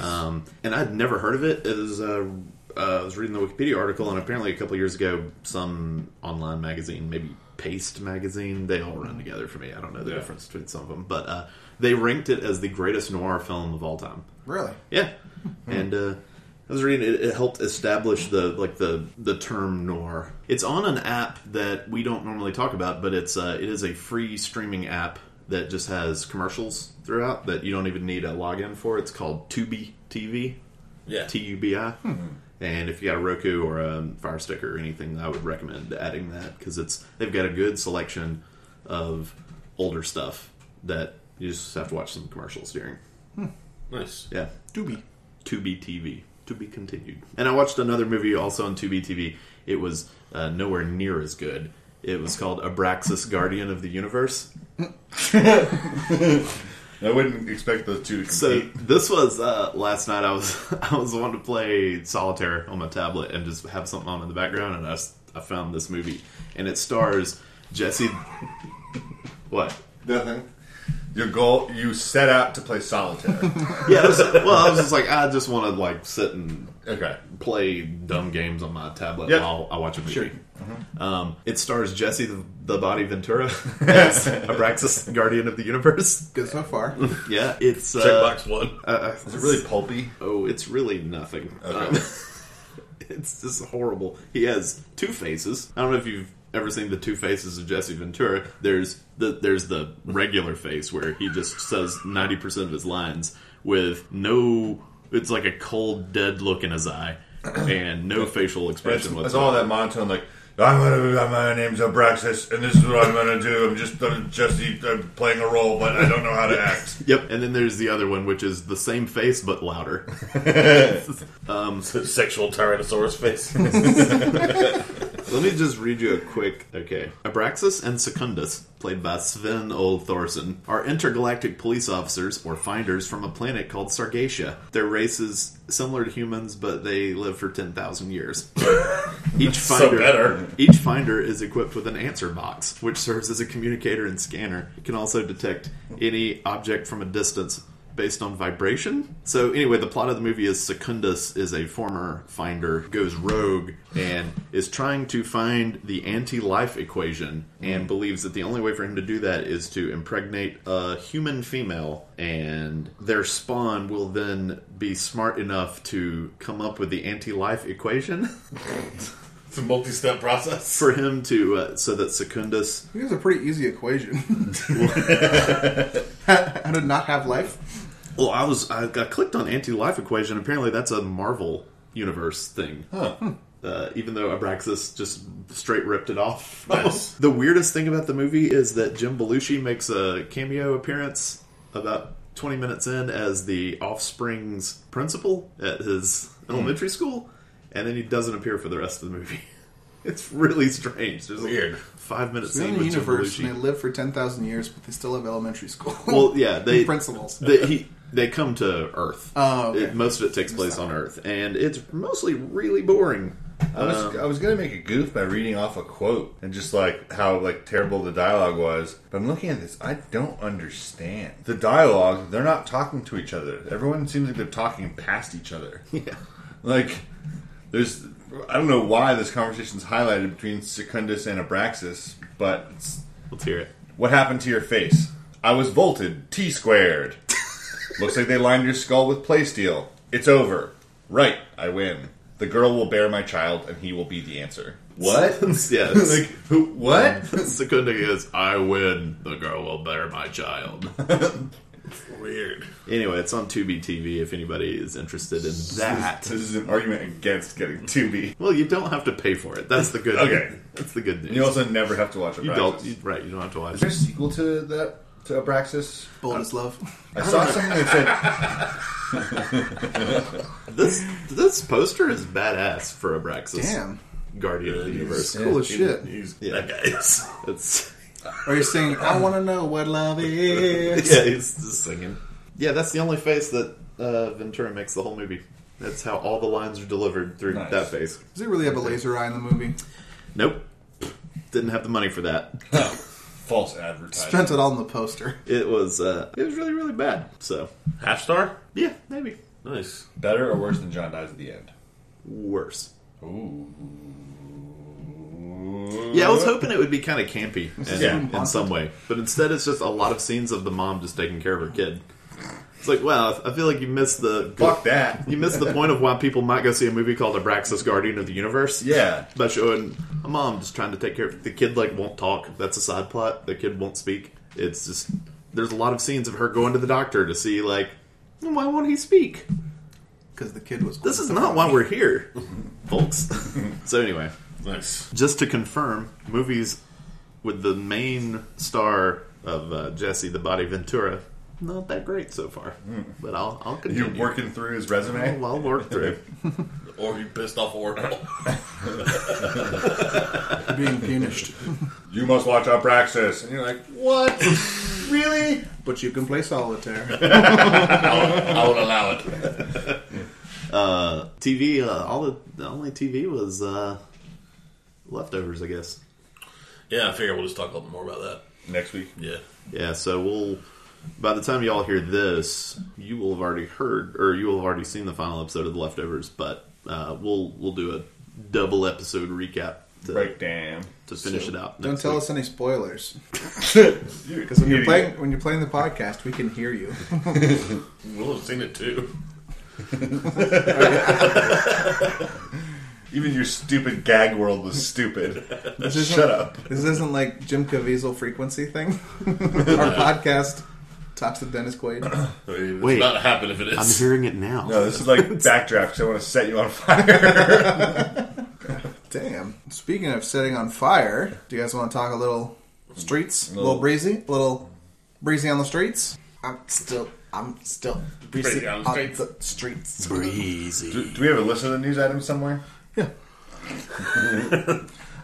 Um, and I'd never heard of it. It was, uh, uh, I was reading the Wikipedia article, and apparently a couple years ago, some online magazine, maybe Paste magazine, they all run together for me. I don't know the
Yeah.
difference between some of them, but uh, they ranked it as the greatest noir film of all time.
Really?
Yeah, and uh, I was reading it, it helped establish the like the the term noir. It's on an app that we don't normally talk about, but it's uh, it is a free streaming app that just has commercials throughout that you don't even need a login for. It's called Tubi TV,
yeah.
T U B I. And if you got a Roku or a Fire Stick or anything, I would recommend adding that because it's they've got a good selection of older stuff that you just have to watch some commercials during.
nice.
Yeah,
Doobie.
to be TV. To be continued. And I watched another movie also on To Be TV. It was uh, nowhere near as good. It was called Abraxas Guardian of the Universe.
I wouldn't expect those two to compete.
So this was uh, last night. I was I was wanting to play solitaire on my tablet and just have something on in the background, and I, s- I found this movie, and it stars Jesse. what?
Nothing. Your goal. You set out to play solitaire.
Yeah. I was- well, I was just like, I just want to like sit and
okay.
play dumb games on my tablet
Yeah.
while I watch a movie. Um, it stars Jesse the, the Body Ventura as Abraxas, Guardian of the Universe.
Good so far.
Yeah, it's uh,
Checkbox one.
uh,
Is it really pulpy?
Oh, it's really nothing. Um, it's just horrible. He has two faces. I don't know if you've ever seen the two faces of Jesse Ventura. There's the there's the regular face where he just says ninety percent of his lines with no. It's like a cold, dead look in his eye, and no facial
It's,
expression
it's
whatsoever.
all that monotone, like I'm gonna. My name's Abraxas, and this is what I'm gonna do. I'm just I'm just I'm playing a role, but I don't know how to act.
Yep, and then there's the other one, which is the same face but louder.
Sexual Tyrannosaurus face.
Let me just read you a quick. Okay. Abraxas and Secundus, played by Sven Ole Thorson, are intergalactic police officers or finders from a planet called Sargatia. Their race is similar to humans, but they live for 10,000 years. Each
so
finder,
better.
each finder is equipped with an answer box, which serves as a communicator and scanner. It can also detect any object from a distance based on vibration. So anyway, the plot of the movie is Secundus is a former finder, goes rogue, and is trying to find the anti-life equation
Hmm.
and believes that the only way for him to do that is to impregnate a human female and their spawn will then be smart enough to come up with the anti-life equation
It's a multi-step process.
for him to uh, so that Secundus
Here's a pretty easy equation. How to not have life?
well I was I, I clicked on anti-life equation apparently that's a Marvel universe thing
Hmm.
uh, even though Abraxas just straight ripped it off
Nice.
the weirdest thing about the movie is that Jim Belushi makes a cameo appearance about 20 minutes in as the offspring's principal at his
Hmm.
elementary school, and then he doesn't appear for the rest of the movie. It's really strange. There's
Weird.
a five minute
It's the
scene
only
with Jim
universe, and they
Belushi.
live for ten thousand years, but they still have elementary school.
Well, yeah, they
principles.
They, he, they come to Earth.
Oh, okay.
It- most of it takes place on Earth, and it's mostly really boring.
I was I was gonna make a goof by reading off a quote and just like how like terrible the dialogue was, but I'm looking at this. I don't understand the dialogue. They're not talking to each other. Everyone seems like they're talking past each other.
Yeah.
Like there's I don't know why this conversation's highlighted between Secundus and Abraxas, but it's,
Let's hear it.
what happened to your face? I was bolted. T squared. Looks like they lined your skull with play steel. It's over. Right. I win. The girl will bear my child, and he will be the answer. What?
yeah.
like who? What?
Secunda goes, I win. The girl will bear my child.
Weird.
Anyway, it's on Tubi TV if anybody is interested in that.
This is an argument against getting to be.
Well, you don't have to pay for it. That's the good
Okay.
news. That's the good news.
You also never have to watch Abraxas.
You don't. You, right, you don't have to watch
Is there a
it.
sequel to that to Abraxas?
Bonus love.
I saw something that said
This, this poster is badass for Abraxas.
Damn,
Guardian of the Universe.
cool as shit.
He's
Yeah.
that guy is.
It's,
Are you saying I want to know what love is?
yeah, he's just singing. Yeah, that's the only face that uh, Ventura makes the whole movie. That's how all the lines are delivered through
Nice.
that face.
Does he really have a laser eye in the movie?
Nope. Didn't have the money for that.
false advertising.
Spent it all in the poster.
It was uh, it was really really bad. So
Half star?
yeah, maybe
Nice.
Better or worse than John dies at the end?
worse.
Ooh.
Yeah, I was hoping it would be kind of campy in,
Yeah.
in some way, but instead it's just a lot of scenes of the mom just taking care of her kid. It's like, wow, I feel like you missed the
Fuck that.
You missed the point of why people might go see a movie called Abraxas Guardian of the Universe.
Yeah.
By showing a mom just trying to take care of the kid like won't talk. That's a side plot. The kid won't speak. It's just there's a lot of scenes of her going to the doctor to see like why won't he speak?
Because the kid was.
This is not why we're here, folks. so anyway,
Nice.
just to confirm, movies with the main star of uh, Jesse the Body Ventura not that great so far. But I'll I'll
You're
continue.
working through his resume.
I'll, I'll work through.
Or he pissed off Oracle.
being punished.
You must watch Abraxas, and you're like, what? really?
but you can play solitaire.
I would allow it.
TV, uh, all the, the only TV was uh, leftovers, I guess.
Yeah, I figure we'll just talk a little more about that.
Next week.
Yeah.
Yeah, so we'll. By the time y'all hear this, you will have already heard, or you will have already seen the final episode of the leftovers. But uh, we'll we'll do a double episode recap to,
Breakdown.
to finish it out.
Don't
next
tell
week.
us any spoilers.
Because
When you're playing when you're playing the podcast, we can hear you.
We'll have seen it too.
Even your stupid gag world was stupid.
This
Shut
isn't-
up.
This isn't like Jim Caviezel frequency thing. Our podcast tops the Dennis Quaid.
I mean, it's
Wait.
about to happen if it
I'm
is.
hearing it now.
No, this is like backdraft because I want to set you on fire.
Damn. Speaking of setting on fire, do you guys want to talk a little streets? A little breezy? A little breezy on the streets? I'm still I'm still breezy,
Breezy on
on
the
the
streets.
streets.
Breezy.
do, do we have a list of the news items somewhere?
Yeah.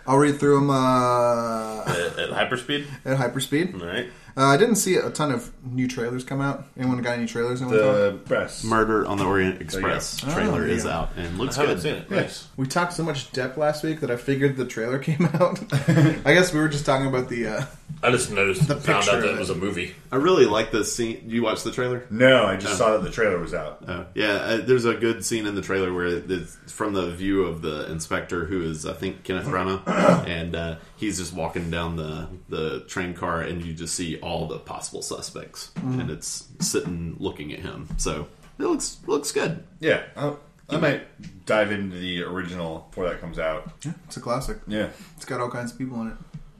I'll read through them uh,
at, at hyperspeed?
at hyperspeed.
All right.
Uh, I didn't see a ton of new trailers come out. Anyone got any trailers? Anyone talk?
The press.
Murder on the Orient Express
go.
trailer
Oh,
is
yeah.
out and looks
I haven't
good.
seen it. Nice.
We talked so much depth last week that I figured the trailer came out. I guess we were just talking about the. Uh,
I just noticed,
The
found
picture
out
of
that
it.
it was a movie.
I really like this scene. You watched the trailer?
no, I just saw that the trailer was out.
Oh, yeah, uh, there's a good scene in the trailer where it's from the view of the inspector, who is I think Kenneth Branagh, and uh, he's just walking down the the train car, and you just see all the possible suspects, and it's sitting looking at him. So it looks looks good.
Yeah, I, I might dive into the original before that comes out.
it's a classic.
Yeah,
It's got all kinds of people in it.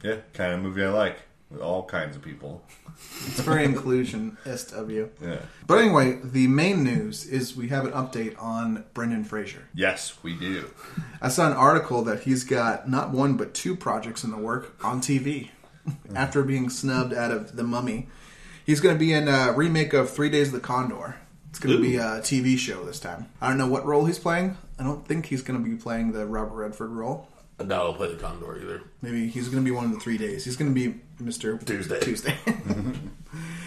yeah, kind of movie I like with all kinds of people.
It's very inclusionist of you.
Yeah.
But anyway, the main news is we have an update on Brendan Fraser.
Yes, we do.
I saw an article that he's got not one but two projects in the work on TV. After being snubbed out of The Mummy, He's going to be in a remake of Three Days of the Condor. It's going to be a TV show this time. I don't know what role he's playing. I don't think he's going to be playing the Robert Redford role.
I doubt I'll play the Condor either.
Maybe he's going to be one of the three days. He's going to be Mr.
Tuesday.
Tuesday.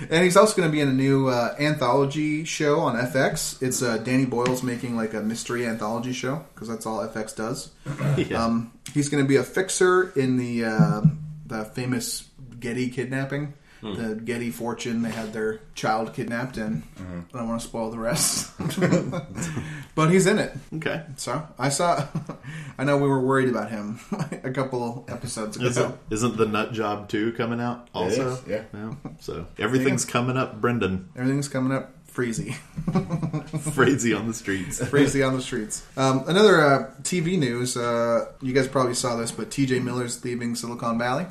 and he's also going to be in a new uh, anthology show on FX. It's uh, Danny Boyle's making like a mystery anthology show because that's all FX does.
Yeah.
Um, he's going to be a fixer in the uh, the famous Getty kidnapping. The Getty fortune, they had their child kidnapped, and I don't want to spoil the rest. but he's in it.
okay.
So I saw. I know we were worried about him a couple episodes ago.
Isn't, Oh. isn't the Nut Job 2 coming out also?
is, yeah.
So everything's coming up, Brendan.
Everything's coming up freezy,
Crazy on the streets.
freezy on the streets. Um, another uh, TV news. Uh, you guys probably saw this, but T.J. Miller's leaving Silicon Valley.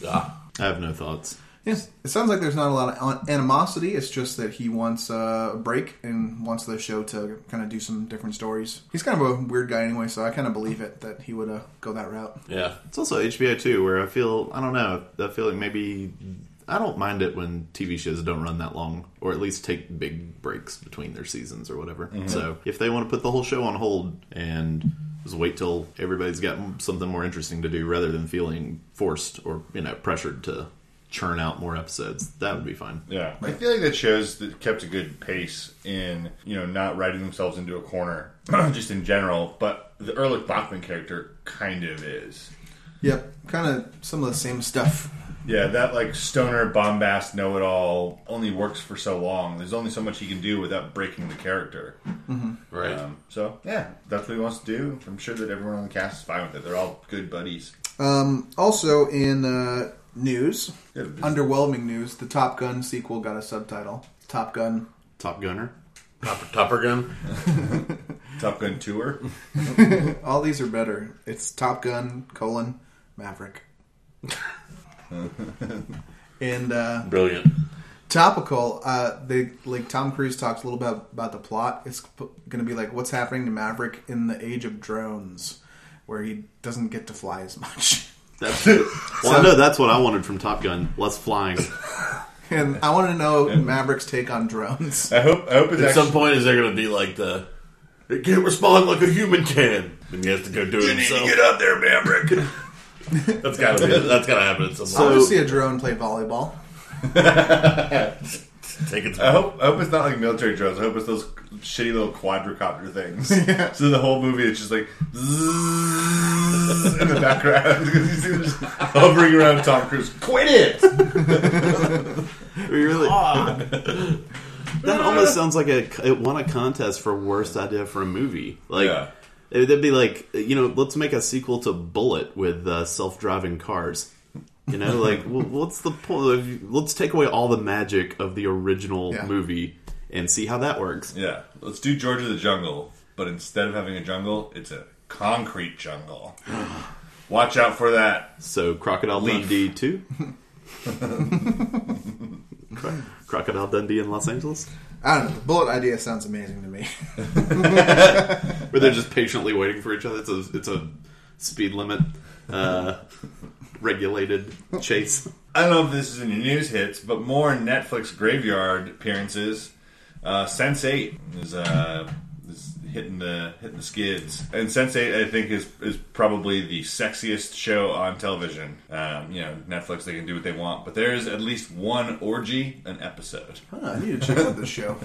Yeah.
I have no thoughts.
Yes, it sounds like there's not a lot of animosity. It's just that he wants uh, a break and wants the show to kind of do some different stories. He's kind of a weird guy anyway, so I kind of believe it that he would uh, go that route.
Yeah.
It's also HBO too, where I feel I don't know. I feel like maybe I don't mind it when TV shows don't run that long, or at least take big breaks between their seasons or whatever. So if they want to put the whole show on hold and just wait till everybody's got m- something more interesting to do, rather than feeling forced or you know pressured to churn out more episodes, that would be fine.
Yeah, I feel like that shows that kept a good pace in you know not writing themselves into a corner, just in general. But the Erlich Bachman character kind of is.
Yep, kind of some of the same stuff.
Yeah, that like stoner bombast know it all only works for so long. There's only so much he can do without breaking the character.
Right.
Um, so yeah, that's what he wants to do. I'm sure that everyone on the cast is fine with it. They're all good buddies.
Um, also in uh, news,
Yeah, this-
underwhelming news, the Top Gun sequel got a subtitle. Top Gun.
Top Gunner.
Topper, topper gun.
Top Gun tour.
All these are better. It's Top Gun colon Maverick. and uh,
Brilliant.
topical. Uh, they like Tom Cruise talks a little bit about the plot. It's p- going to be like what's happening to Maverick in the age of drones, where he doesn't get to fly as much.
That's well, I know that's what I wanted from Top Gun. Less flying.
And I want to know Maverick's take on drones.
I hope. I hope it's
At
actually.
some point, is there going to be like the it can't respond like a human can, and he has to go do it himself?
out there, Maverick.
That's got to be. That's got to happen at some
I
point.
want to see a drone play volleyball.
Take its
I hope, I hope it's not like military drones. I hope it's those shitty little quadricopter things. So the whole movie is just like zzzz in the background because you see them just hovering around Tom Cruise. Quit it!
We really. that almost sounds like a it won a contest for worst idea for a movie. Like
Yeah.
it- it'd be like you know, let's make a sequel to Bullet with uh, self-driving cars. You know, like wh- what's the point? Of, let's take away all the magic of the original
Yeah.
movie and see how that works.
Yeah, let's do George of the Jungle, but instead of having a jungle, it's a concrete jungle. Watch out for that.
So Crocodile
Leaf.
Dundee two. Cro- Crocodile Dundee in Los Angeles,
I don't know. The bullet idea sounds amazing to me.
where they're just patiently waiting for each other. It's a it's a speed limit uh, regulated chase.
I don't know if this is in your news hits, but more Netflix graveyard appearances. Uh, Sense Eight is uh, is hitting the hitting the skids, and Sense Eight I think is is probably the sexiest show on television. Um, you know, Netflix they can do what they want, but there is at least one orgy an episode.
Huh, I need to check out this show.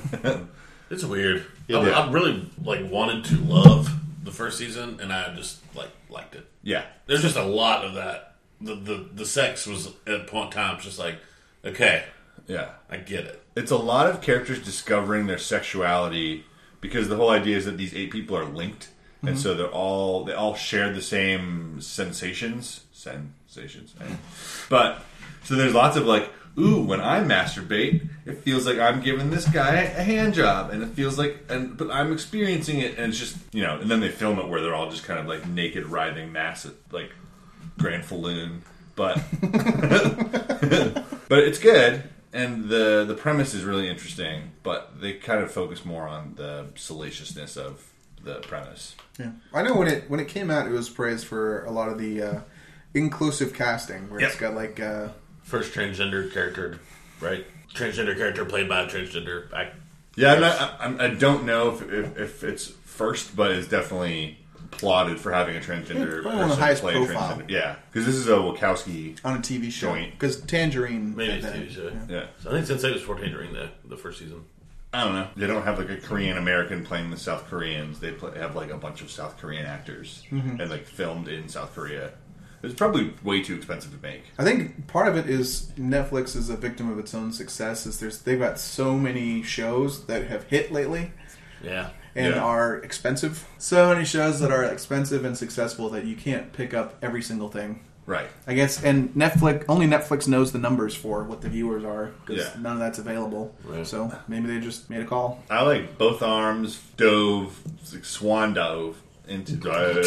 It's weird. I,
Yeah.
I really like wanted to love the first season, and I just like liked it.
Yeah,
There's just a lot of that. The the, the sex was at point times just like okay,
yeah.
I get it.
It's a lot of characters discovering their sexuality because the whole idea is that these eight people are linked, and so they're all they all share the same sensations, sensations. eh? But so there's lots of like, ooh, when I masturbate, it feels like I'm giving this guy a hand job, and it feels like, and but I'm experiencing it, and it's just you know, and then they film it where they're all just kind of like naked writhing mass like Grand Falloon, but but it's good and the the premise is really interesting but they kind of focus more on the salaciousness of the premise
Yeah. I know when it when it came out, it was praised for a lot of the uh, inclusive casting, where it's
Yep.
got like uh,
First transgender character, right? transgender character played by a transgender act.
Yeah, I'm not, I'm, I don't know if, if, if it's first, but it's definitely plotted for having a transgender
It's probably one of the
person
highest
play a
profile.
transgender. Yeah, because this is a Wachowski.
on a TV show
Joint.
because Tangerine
Maybe
had
it's
that.
TV show.
Yeah,
So I think Sensei was 14 during the, the first season.
I don't know. They don't have like a Korean American playing the South Koreans. They play, have like a bunch of South Korean actors
Mm-hmm.
and like filmed in South Korea. It's probably way too expensive to make.
I think part of it is Netflix is a victim of its own success. Is there's they've got so many shows that have hit lately
Yeah.
and
Yeah.
are expensive. So many shows that are expensive and successful that you can't pick up every single thing.
Right.
I guess and Netflix only Netflix knows the numbers for what the viewers are because
Yeah.
none of that's available.
Right.
So maybe they just made a call.
I like both arms dove, like swan dove into dive.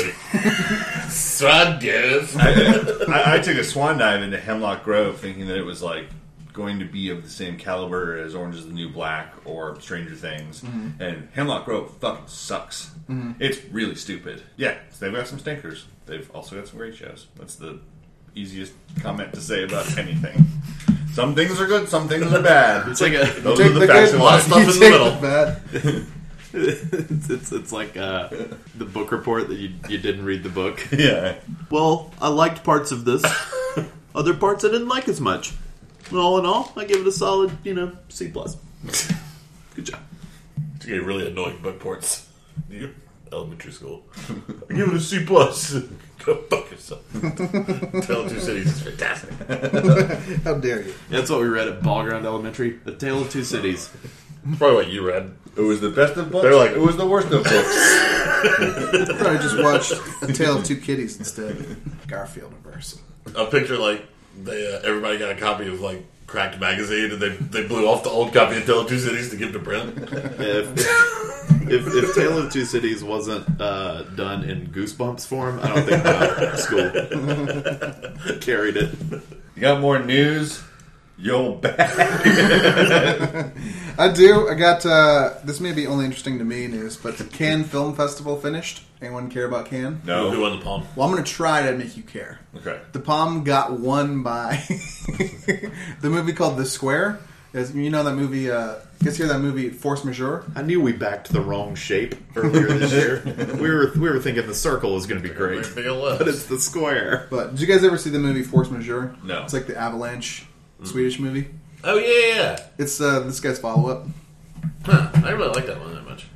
So I guess.
I, I took a swan dive into Hemlock Grove, thinking that it was like going to be of the same caliber as Orange Is the New Black or Stranger Things, and Hemlock Grove fucking sucks. It's really stupid. Yeah, so they've got some stinkers. They've also got some great shows. That's the easiest comment to say about anything. Some things are good, some things are bad.
It's like a
Those are the facts. A lot of stuff
ones. stuff
you
in the
take
middle.
bad.
it's, it's, it's like uh, the book report that you, you didn't read the book.
Yeah.
Well, I liked parts of this. Other parts I didn't like as much. All in all, I give it a solid, you know, C plus. Good job.
It's getting really annoying book ports. You- Elementary school. I give it a C plus. Go fuck yourself. Tell Two Cities is fantastic.
How dare you?
That's what we read at Ball Ground Elementary: The Tale of Two Cities.
Probably what you read.
It was the best of books.
They're like-
it was the worst of books.
Probably just watched A Tale of Two Kitties instead. Garfield reverse.
I picture like they uh, everybody got a copy of like Cracked magazine and they they blew off the old copy of Tell of Two Cities to give to Brent.
If if, if Tale of Two Cities wasn't uh, done in Goosebumps form, I don't think my school carried it.
You got more news? Yo, bad.
I do. I got uh, this may be only interesting to me news, but the Cannes Film Festival finished. Anyone care about Cannes?
Who
No.
won the palm?
Well, I'm going to try to make you care.
Okay.
The Palm got won by the movie called The Square. As you know that movie. Uh, you guys hear that movie Force Majeure?
I knew we backed the wrong shape earlier this year. We were we were thinking the circle was going to be great,
Everything else.
but it's the square.
But did you guys ever see the movie Force Majeure?
No.
It's like the Avalanche Swedish movie.
Oh yeah, yeah.
It's uh, this guy's follow up.
Huh. I didn't really like that one that much.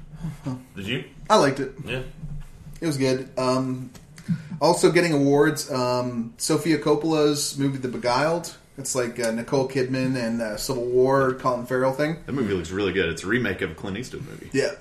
Did you?
I liked it.
Yeah.
It was good. Um, also getting awards, um, Sofia Coppola's movie The Beguiled. It's like uh, Nicole Kidman and uh, Civil War Colin Farrell thing.
That movie looks really good. It's a remake of a Clint Eastwood movie.
Yeah.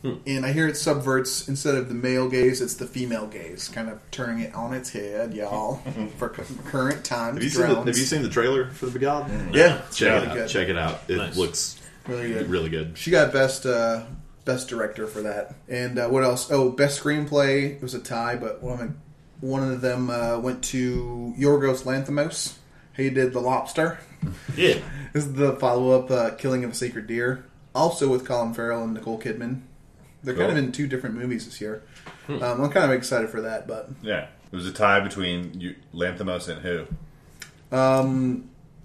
Hmm.
And I hear it subverts instead of the male gaze, it's the female gaze, kind of turning it on its head, y'all, for c- current times.
Have you seen the,
drowns.
Have you seen the trailer for the Beguiled?
Yeah,
Check
really
it out.
good.
Check it out. It
Nice.
looks
Really good.
really good.
She got best uh, best director for that. And uh, what else? Oh, best screenplay. It was a tie, but one of, one of them uh, went to Yorgos Lanthimos. He did The Lobster.
Yeah.
This is the follow up uh, Killing of a Sacred Deer, also with Colin Farrell and Nicole Kidman. They're kind
Cool.
of
Oh.
in two different movies this year.
Hmm.
Um, I'm kind of excited for that, but
Yeah. It was a tie between you, Lanthimos and who?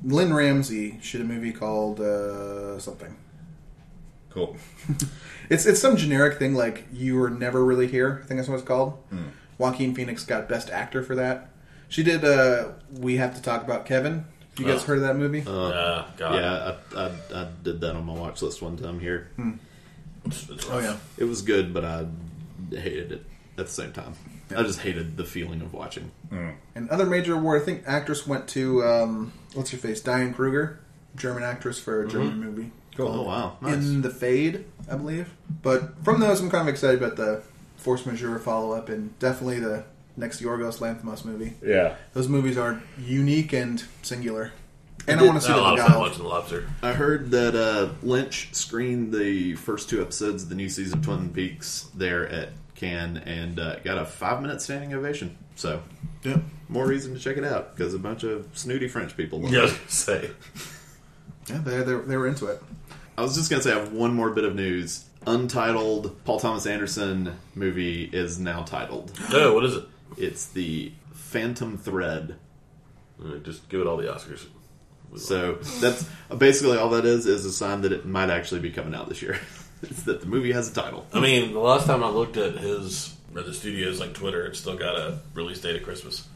Lynn Ramsey should a movie called uh, something.
Cool.
It's it's some generic thing like you were never really here. I think that's what it's called. Joaquin Phoenix got best actor for that. She did. Uh, we have to talk about Kevin. You guys
Oh.
heard of that movie?
Uh, God.
Yeah, I, I, I did that on my watch list one time here.
It's- it's
Hmm. oh
rough.
yeah.
It was good, but I hated it at the same time. I just hated the feeling of watching.
And other major award, I think actress went to um, what's her face, Diane Kruger, German actress for a German movie.
Mm-hmm. Oh wow, nice.
In the Fade, I believe. But from those, I'm kind of excited about the Force Majeure follow up and definitely the next Yorgos Lanthimos movie.
Yeah.
Those movies are unique and singular. And I,
did-
want to see
I had a
the
lot of fun
Beguiled.
watching the lobster.
I heard that uh, Lynch screened the first two episodes of the new season of Twin Peaks there at Cannes and uh, got a five minute standing ovation. So
Yep.
more reason to check it out because a bunch of snooty French people. Love
Yeah, I
it.
was gonna say.
Yeah, they, they, they were into it.
I was just gonna say I have one more bit of news. Untitled Paul Thomas Anderson movie is now titled.
No, what is it?
It's the Phantom Thread.
All right, Just give it all the Oscars.
So that's basically all that is is a sign that it might actually be coming out this year. it's that the movie has a title.
I mean, the last time I looked at his or the studio's like Twitter, it's still got a release date of Christmas.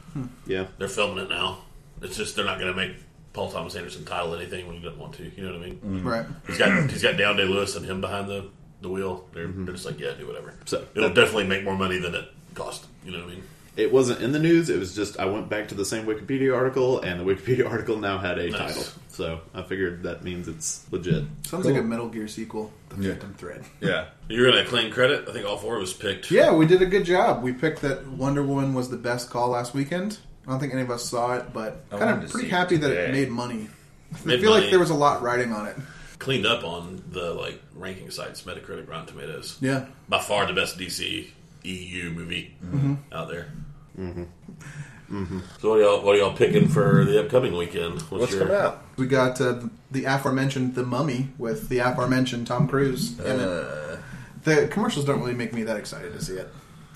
Yeah.
They're filming it now. It's just they're not going to make Paul Thomas Anderson title anything when he doesn't want to. You know what I mean?
Hmm.
Right.
He's got he's got Down Day Lewis and him behind the the wheel. They're, they're just like, yeah, do whatever.
So-
it'll definitely make more money than it cost. You know what I mean?
It wasn't in the news. It was just I went back to the same Wikipedia article, and the Wikipedia article now had a
Nice.
title. So I figured that means it's legit.
Sounds like a Metal Gear sequel. The
Yeah.
Phantom Thread.
Yeah.
You're going to claim credit. I think all four of us picked.
Yeah, we did a good job. We picked that Wonder Woman was the best call last weekend. I don't think any of us saw it, but
I
kind
wanted
of
to
pretty
see it
happy that it
today.
made money. I
Made
feel like
money.
there was a lot riding on it.
cleaned up on the like ranking sites, Metacritic, Rotten Tomatoes.
Yeah.
by far the best DC EU movie
Mm-hmm.
out there. Mm-hmm. So what are y'all what are y'all picking for the upcoming weekend? What's,
What's
your
coming out?
We got uh, the aforementioned The Mummy with the aforementioned Tom Cruise. in it. The commercials don't really make me that excited to see it.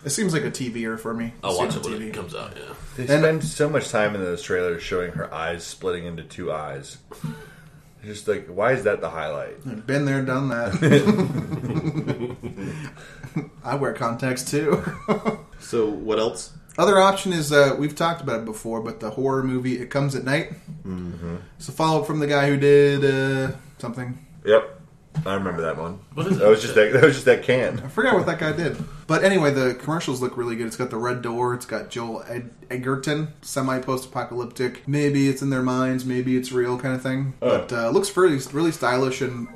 It seems like a TVer for me.
I'll
See
watch
on
it when
TV.
it comes out. Yeah,
They
And-
spend so much time in those trailers showing her eyes splitting into two eyes. Just like, why is that the highlight?
Been there, done that. I wear contacts too.
So what else?
Other option is uh, we've talked about it before, but the horror movie It Comes at Night. Mm-hmm. It's a follow up from the guy who did uh, something.
Yep, I remember that one.
What is
that
it?
was just that. That was just that can.
I forgot what that guy did. But anyway, the commercials look really good. It's got the red door. It's got Joel Ed- Egerton, semi post apocalyptic. Maybe it's in their minds. Maybe it's real kind of thing. But uh, looks really really stylish and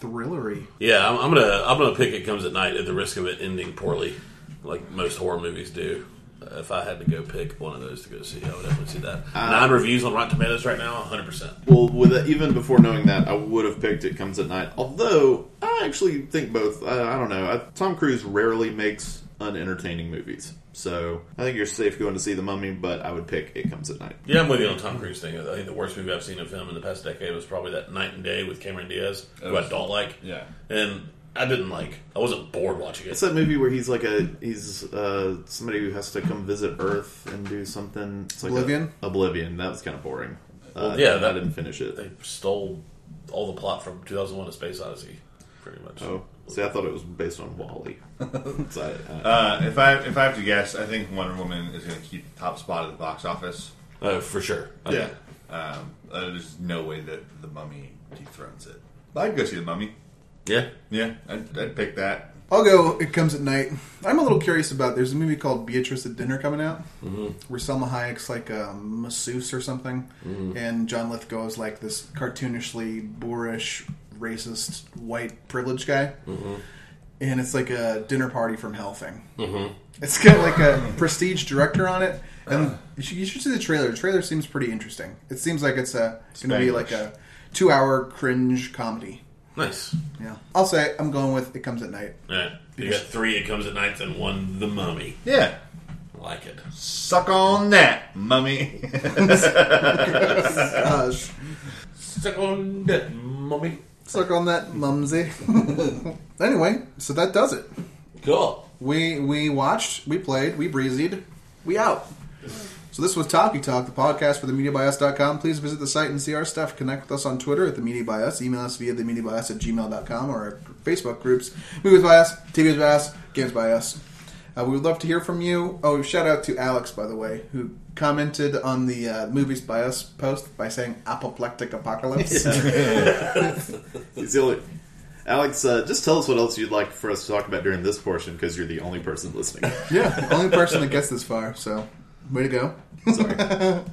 thrillery.
yeah. I'm, I'm gonna I'm gonna pick it comes at night at the risk of it ending poorly, like most horror movies do. Uh, if I had to go pick one of those to go see, I would definitely see that. Nine reviews on Rotten Tomatoes right now, 100. percent
Well, with even before knowing that, I would have picked It Comes at Night. Although I actually think both. I, I don't know. I, Tom Cruise rarely makes unentertaining movies, so I think you're safe going to see The Mummy. But I would pick It Comes at Night.
Yeah, I'm with you on Tom Cruise thing. I think the worst movie I've seen of him in the past decade was probably that Night and Day with Cameron Diaz, who I
was-
don't like.
yeah.
and I didn't like. I wasn't bored watching
It's
it.
that movie where he's like a he's uh, somebody who has to come visit Earth and do something. It's like a-
Oblivion?
Oblivion. That was kind of boring. Uh,
yeah,
I
that-
didn't finish it.
They stole all the plot from 2001: A Space Odyssey, pretty much.
Oh, see, I thought it was based on Wally. so I, I,
Uh, if I if I have to guess, I think Wonder Woman is going to keep the top spot at the box office.
Uh, for sure.
Yeah, um, uh, there's no way that the Mummy dethrones it. But I'd go see the Mummy.
yeah.
Yeah, I'd, I'd pick that.
I'll go. It comes at night. I'm a little curious about. There's a movie called Beatrice at Dinner coming out, mm-hmm. where Selma Hayek's like a masseuse or something, and John Lithgow is like this cartoonishly boorish, racist, white privileged guy, mm-hmm. and it's like a dinner party from hell thing. Mm-hmm. It's got like a prestige director on it, and you should, you should see the trailer. The trailer seems pretty interesting. It seems like it's a going to be
Spanglish.
like a two hour cringe comedy.
Nice.
Yeah, I'll say I'm going with It Comes at Night.
All right. You got three. It comes at night, and one, The Mummy.
Yeah,
I like it.
suck on that, Mummy.
Gosh.
Suck on that, Mummy.
Suck on that, mumsy. anyway, so that does it.
Cool.
We we watched, we played, we breezied, we out. So this was Talkie Talk, the podcast for themediabyus.com. Please visit the site and see our stuff. Connect with us on Twitter at the Media by Us. Email us via themediabyus at gmail.com or our Facebook groups. Movies by Us, TVs by Us, Games by Us. Uh, we would love to hear from you. Oh, shout out to Alex, by the way, who commented on the uh, Movies by Us post by saying apoplectic apocalypse.
he's the only. Alex, uh, just tell us what else you'd like for us to talk about during this portion because you're the only person listening.
Yeah, only person that gets this far. So, way to go.
Sorry.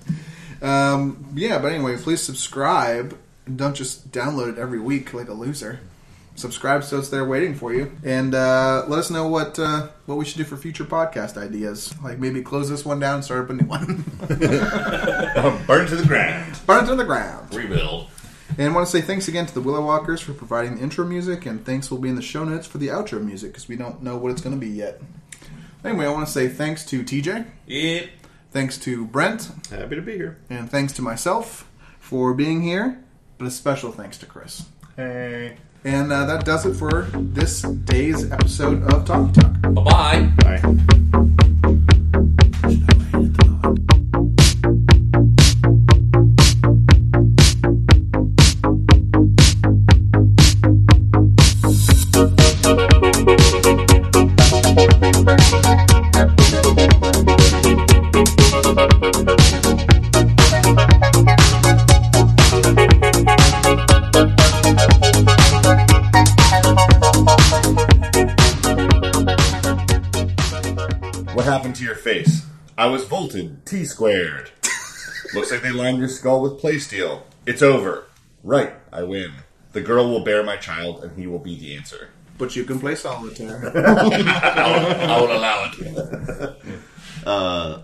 Um, yeah, but anyway, please subscribe and don't just download it every week like a loser. Subscribe so it's there waiting for you, and uh, let us know what uh, what we should do for future podcast ideas. Like maybe close this one down, and start up a new one,
Oh, Burn to the ground.
burn it to the ground.
Rebuild.
And I want to say thanks again to the Willow Walkers for providing the intro music, and thanks will be in the show notes for the outro music because we don't know what it's going to be yet. Anyway, I want to say thanks to TJ,
Yep.
thanks to Brent,
Happy to be here.
And thanks to myself for being here, but a special thanks to Chris.
Hey.
And uh, that does it for this day's episode of Talk Talk.
Bye bye.
Bye.
into your face. I was volted. T squared. Looks like they lined your skull with play steel. It's over. Right. I win. The girl will bear my child, and he will be the answer.
But you can play solitaire.
I would allow it.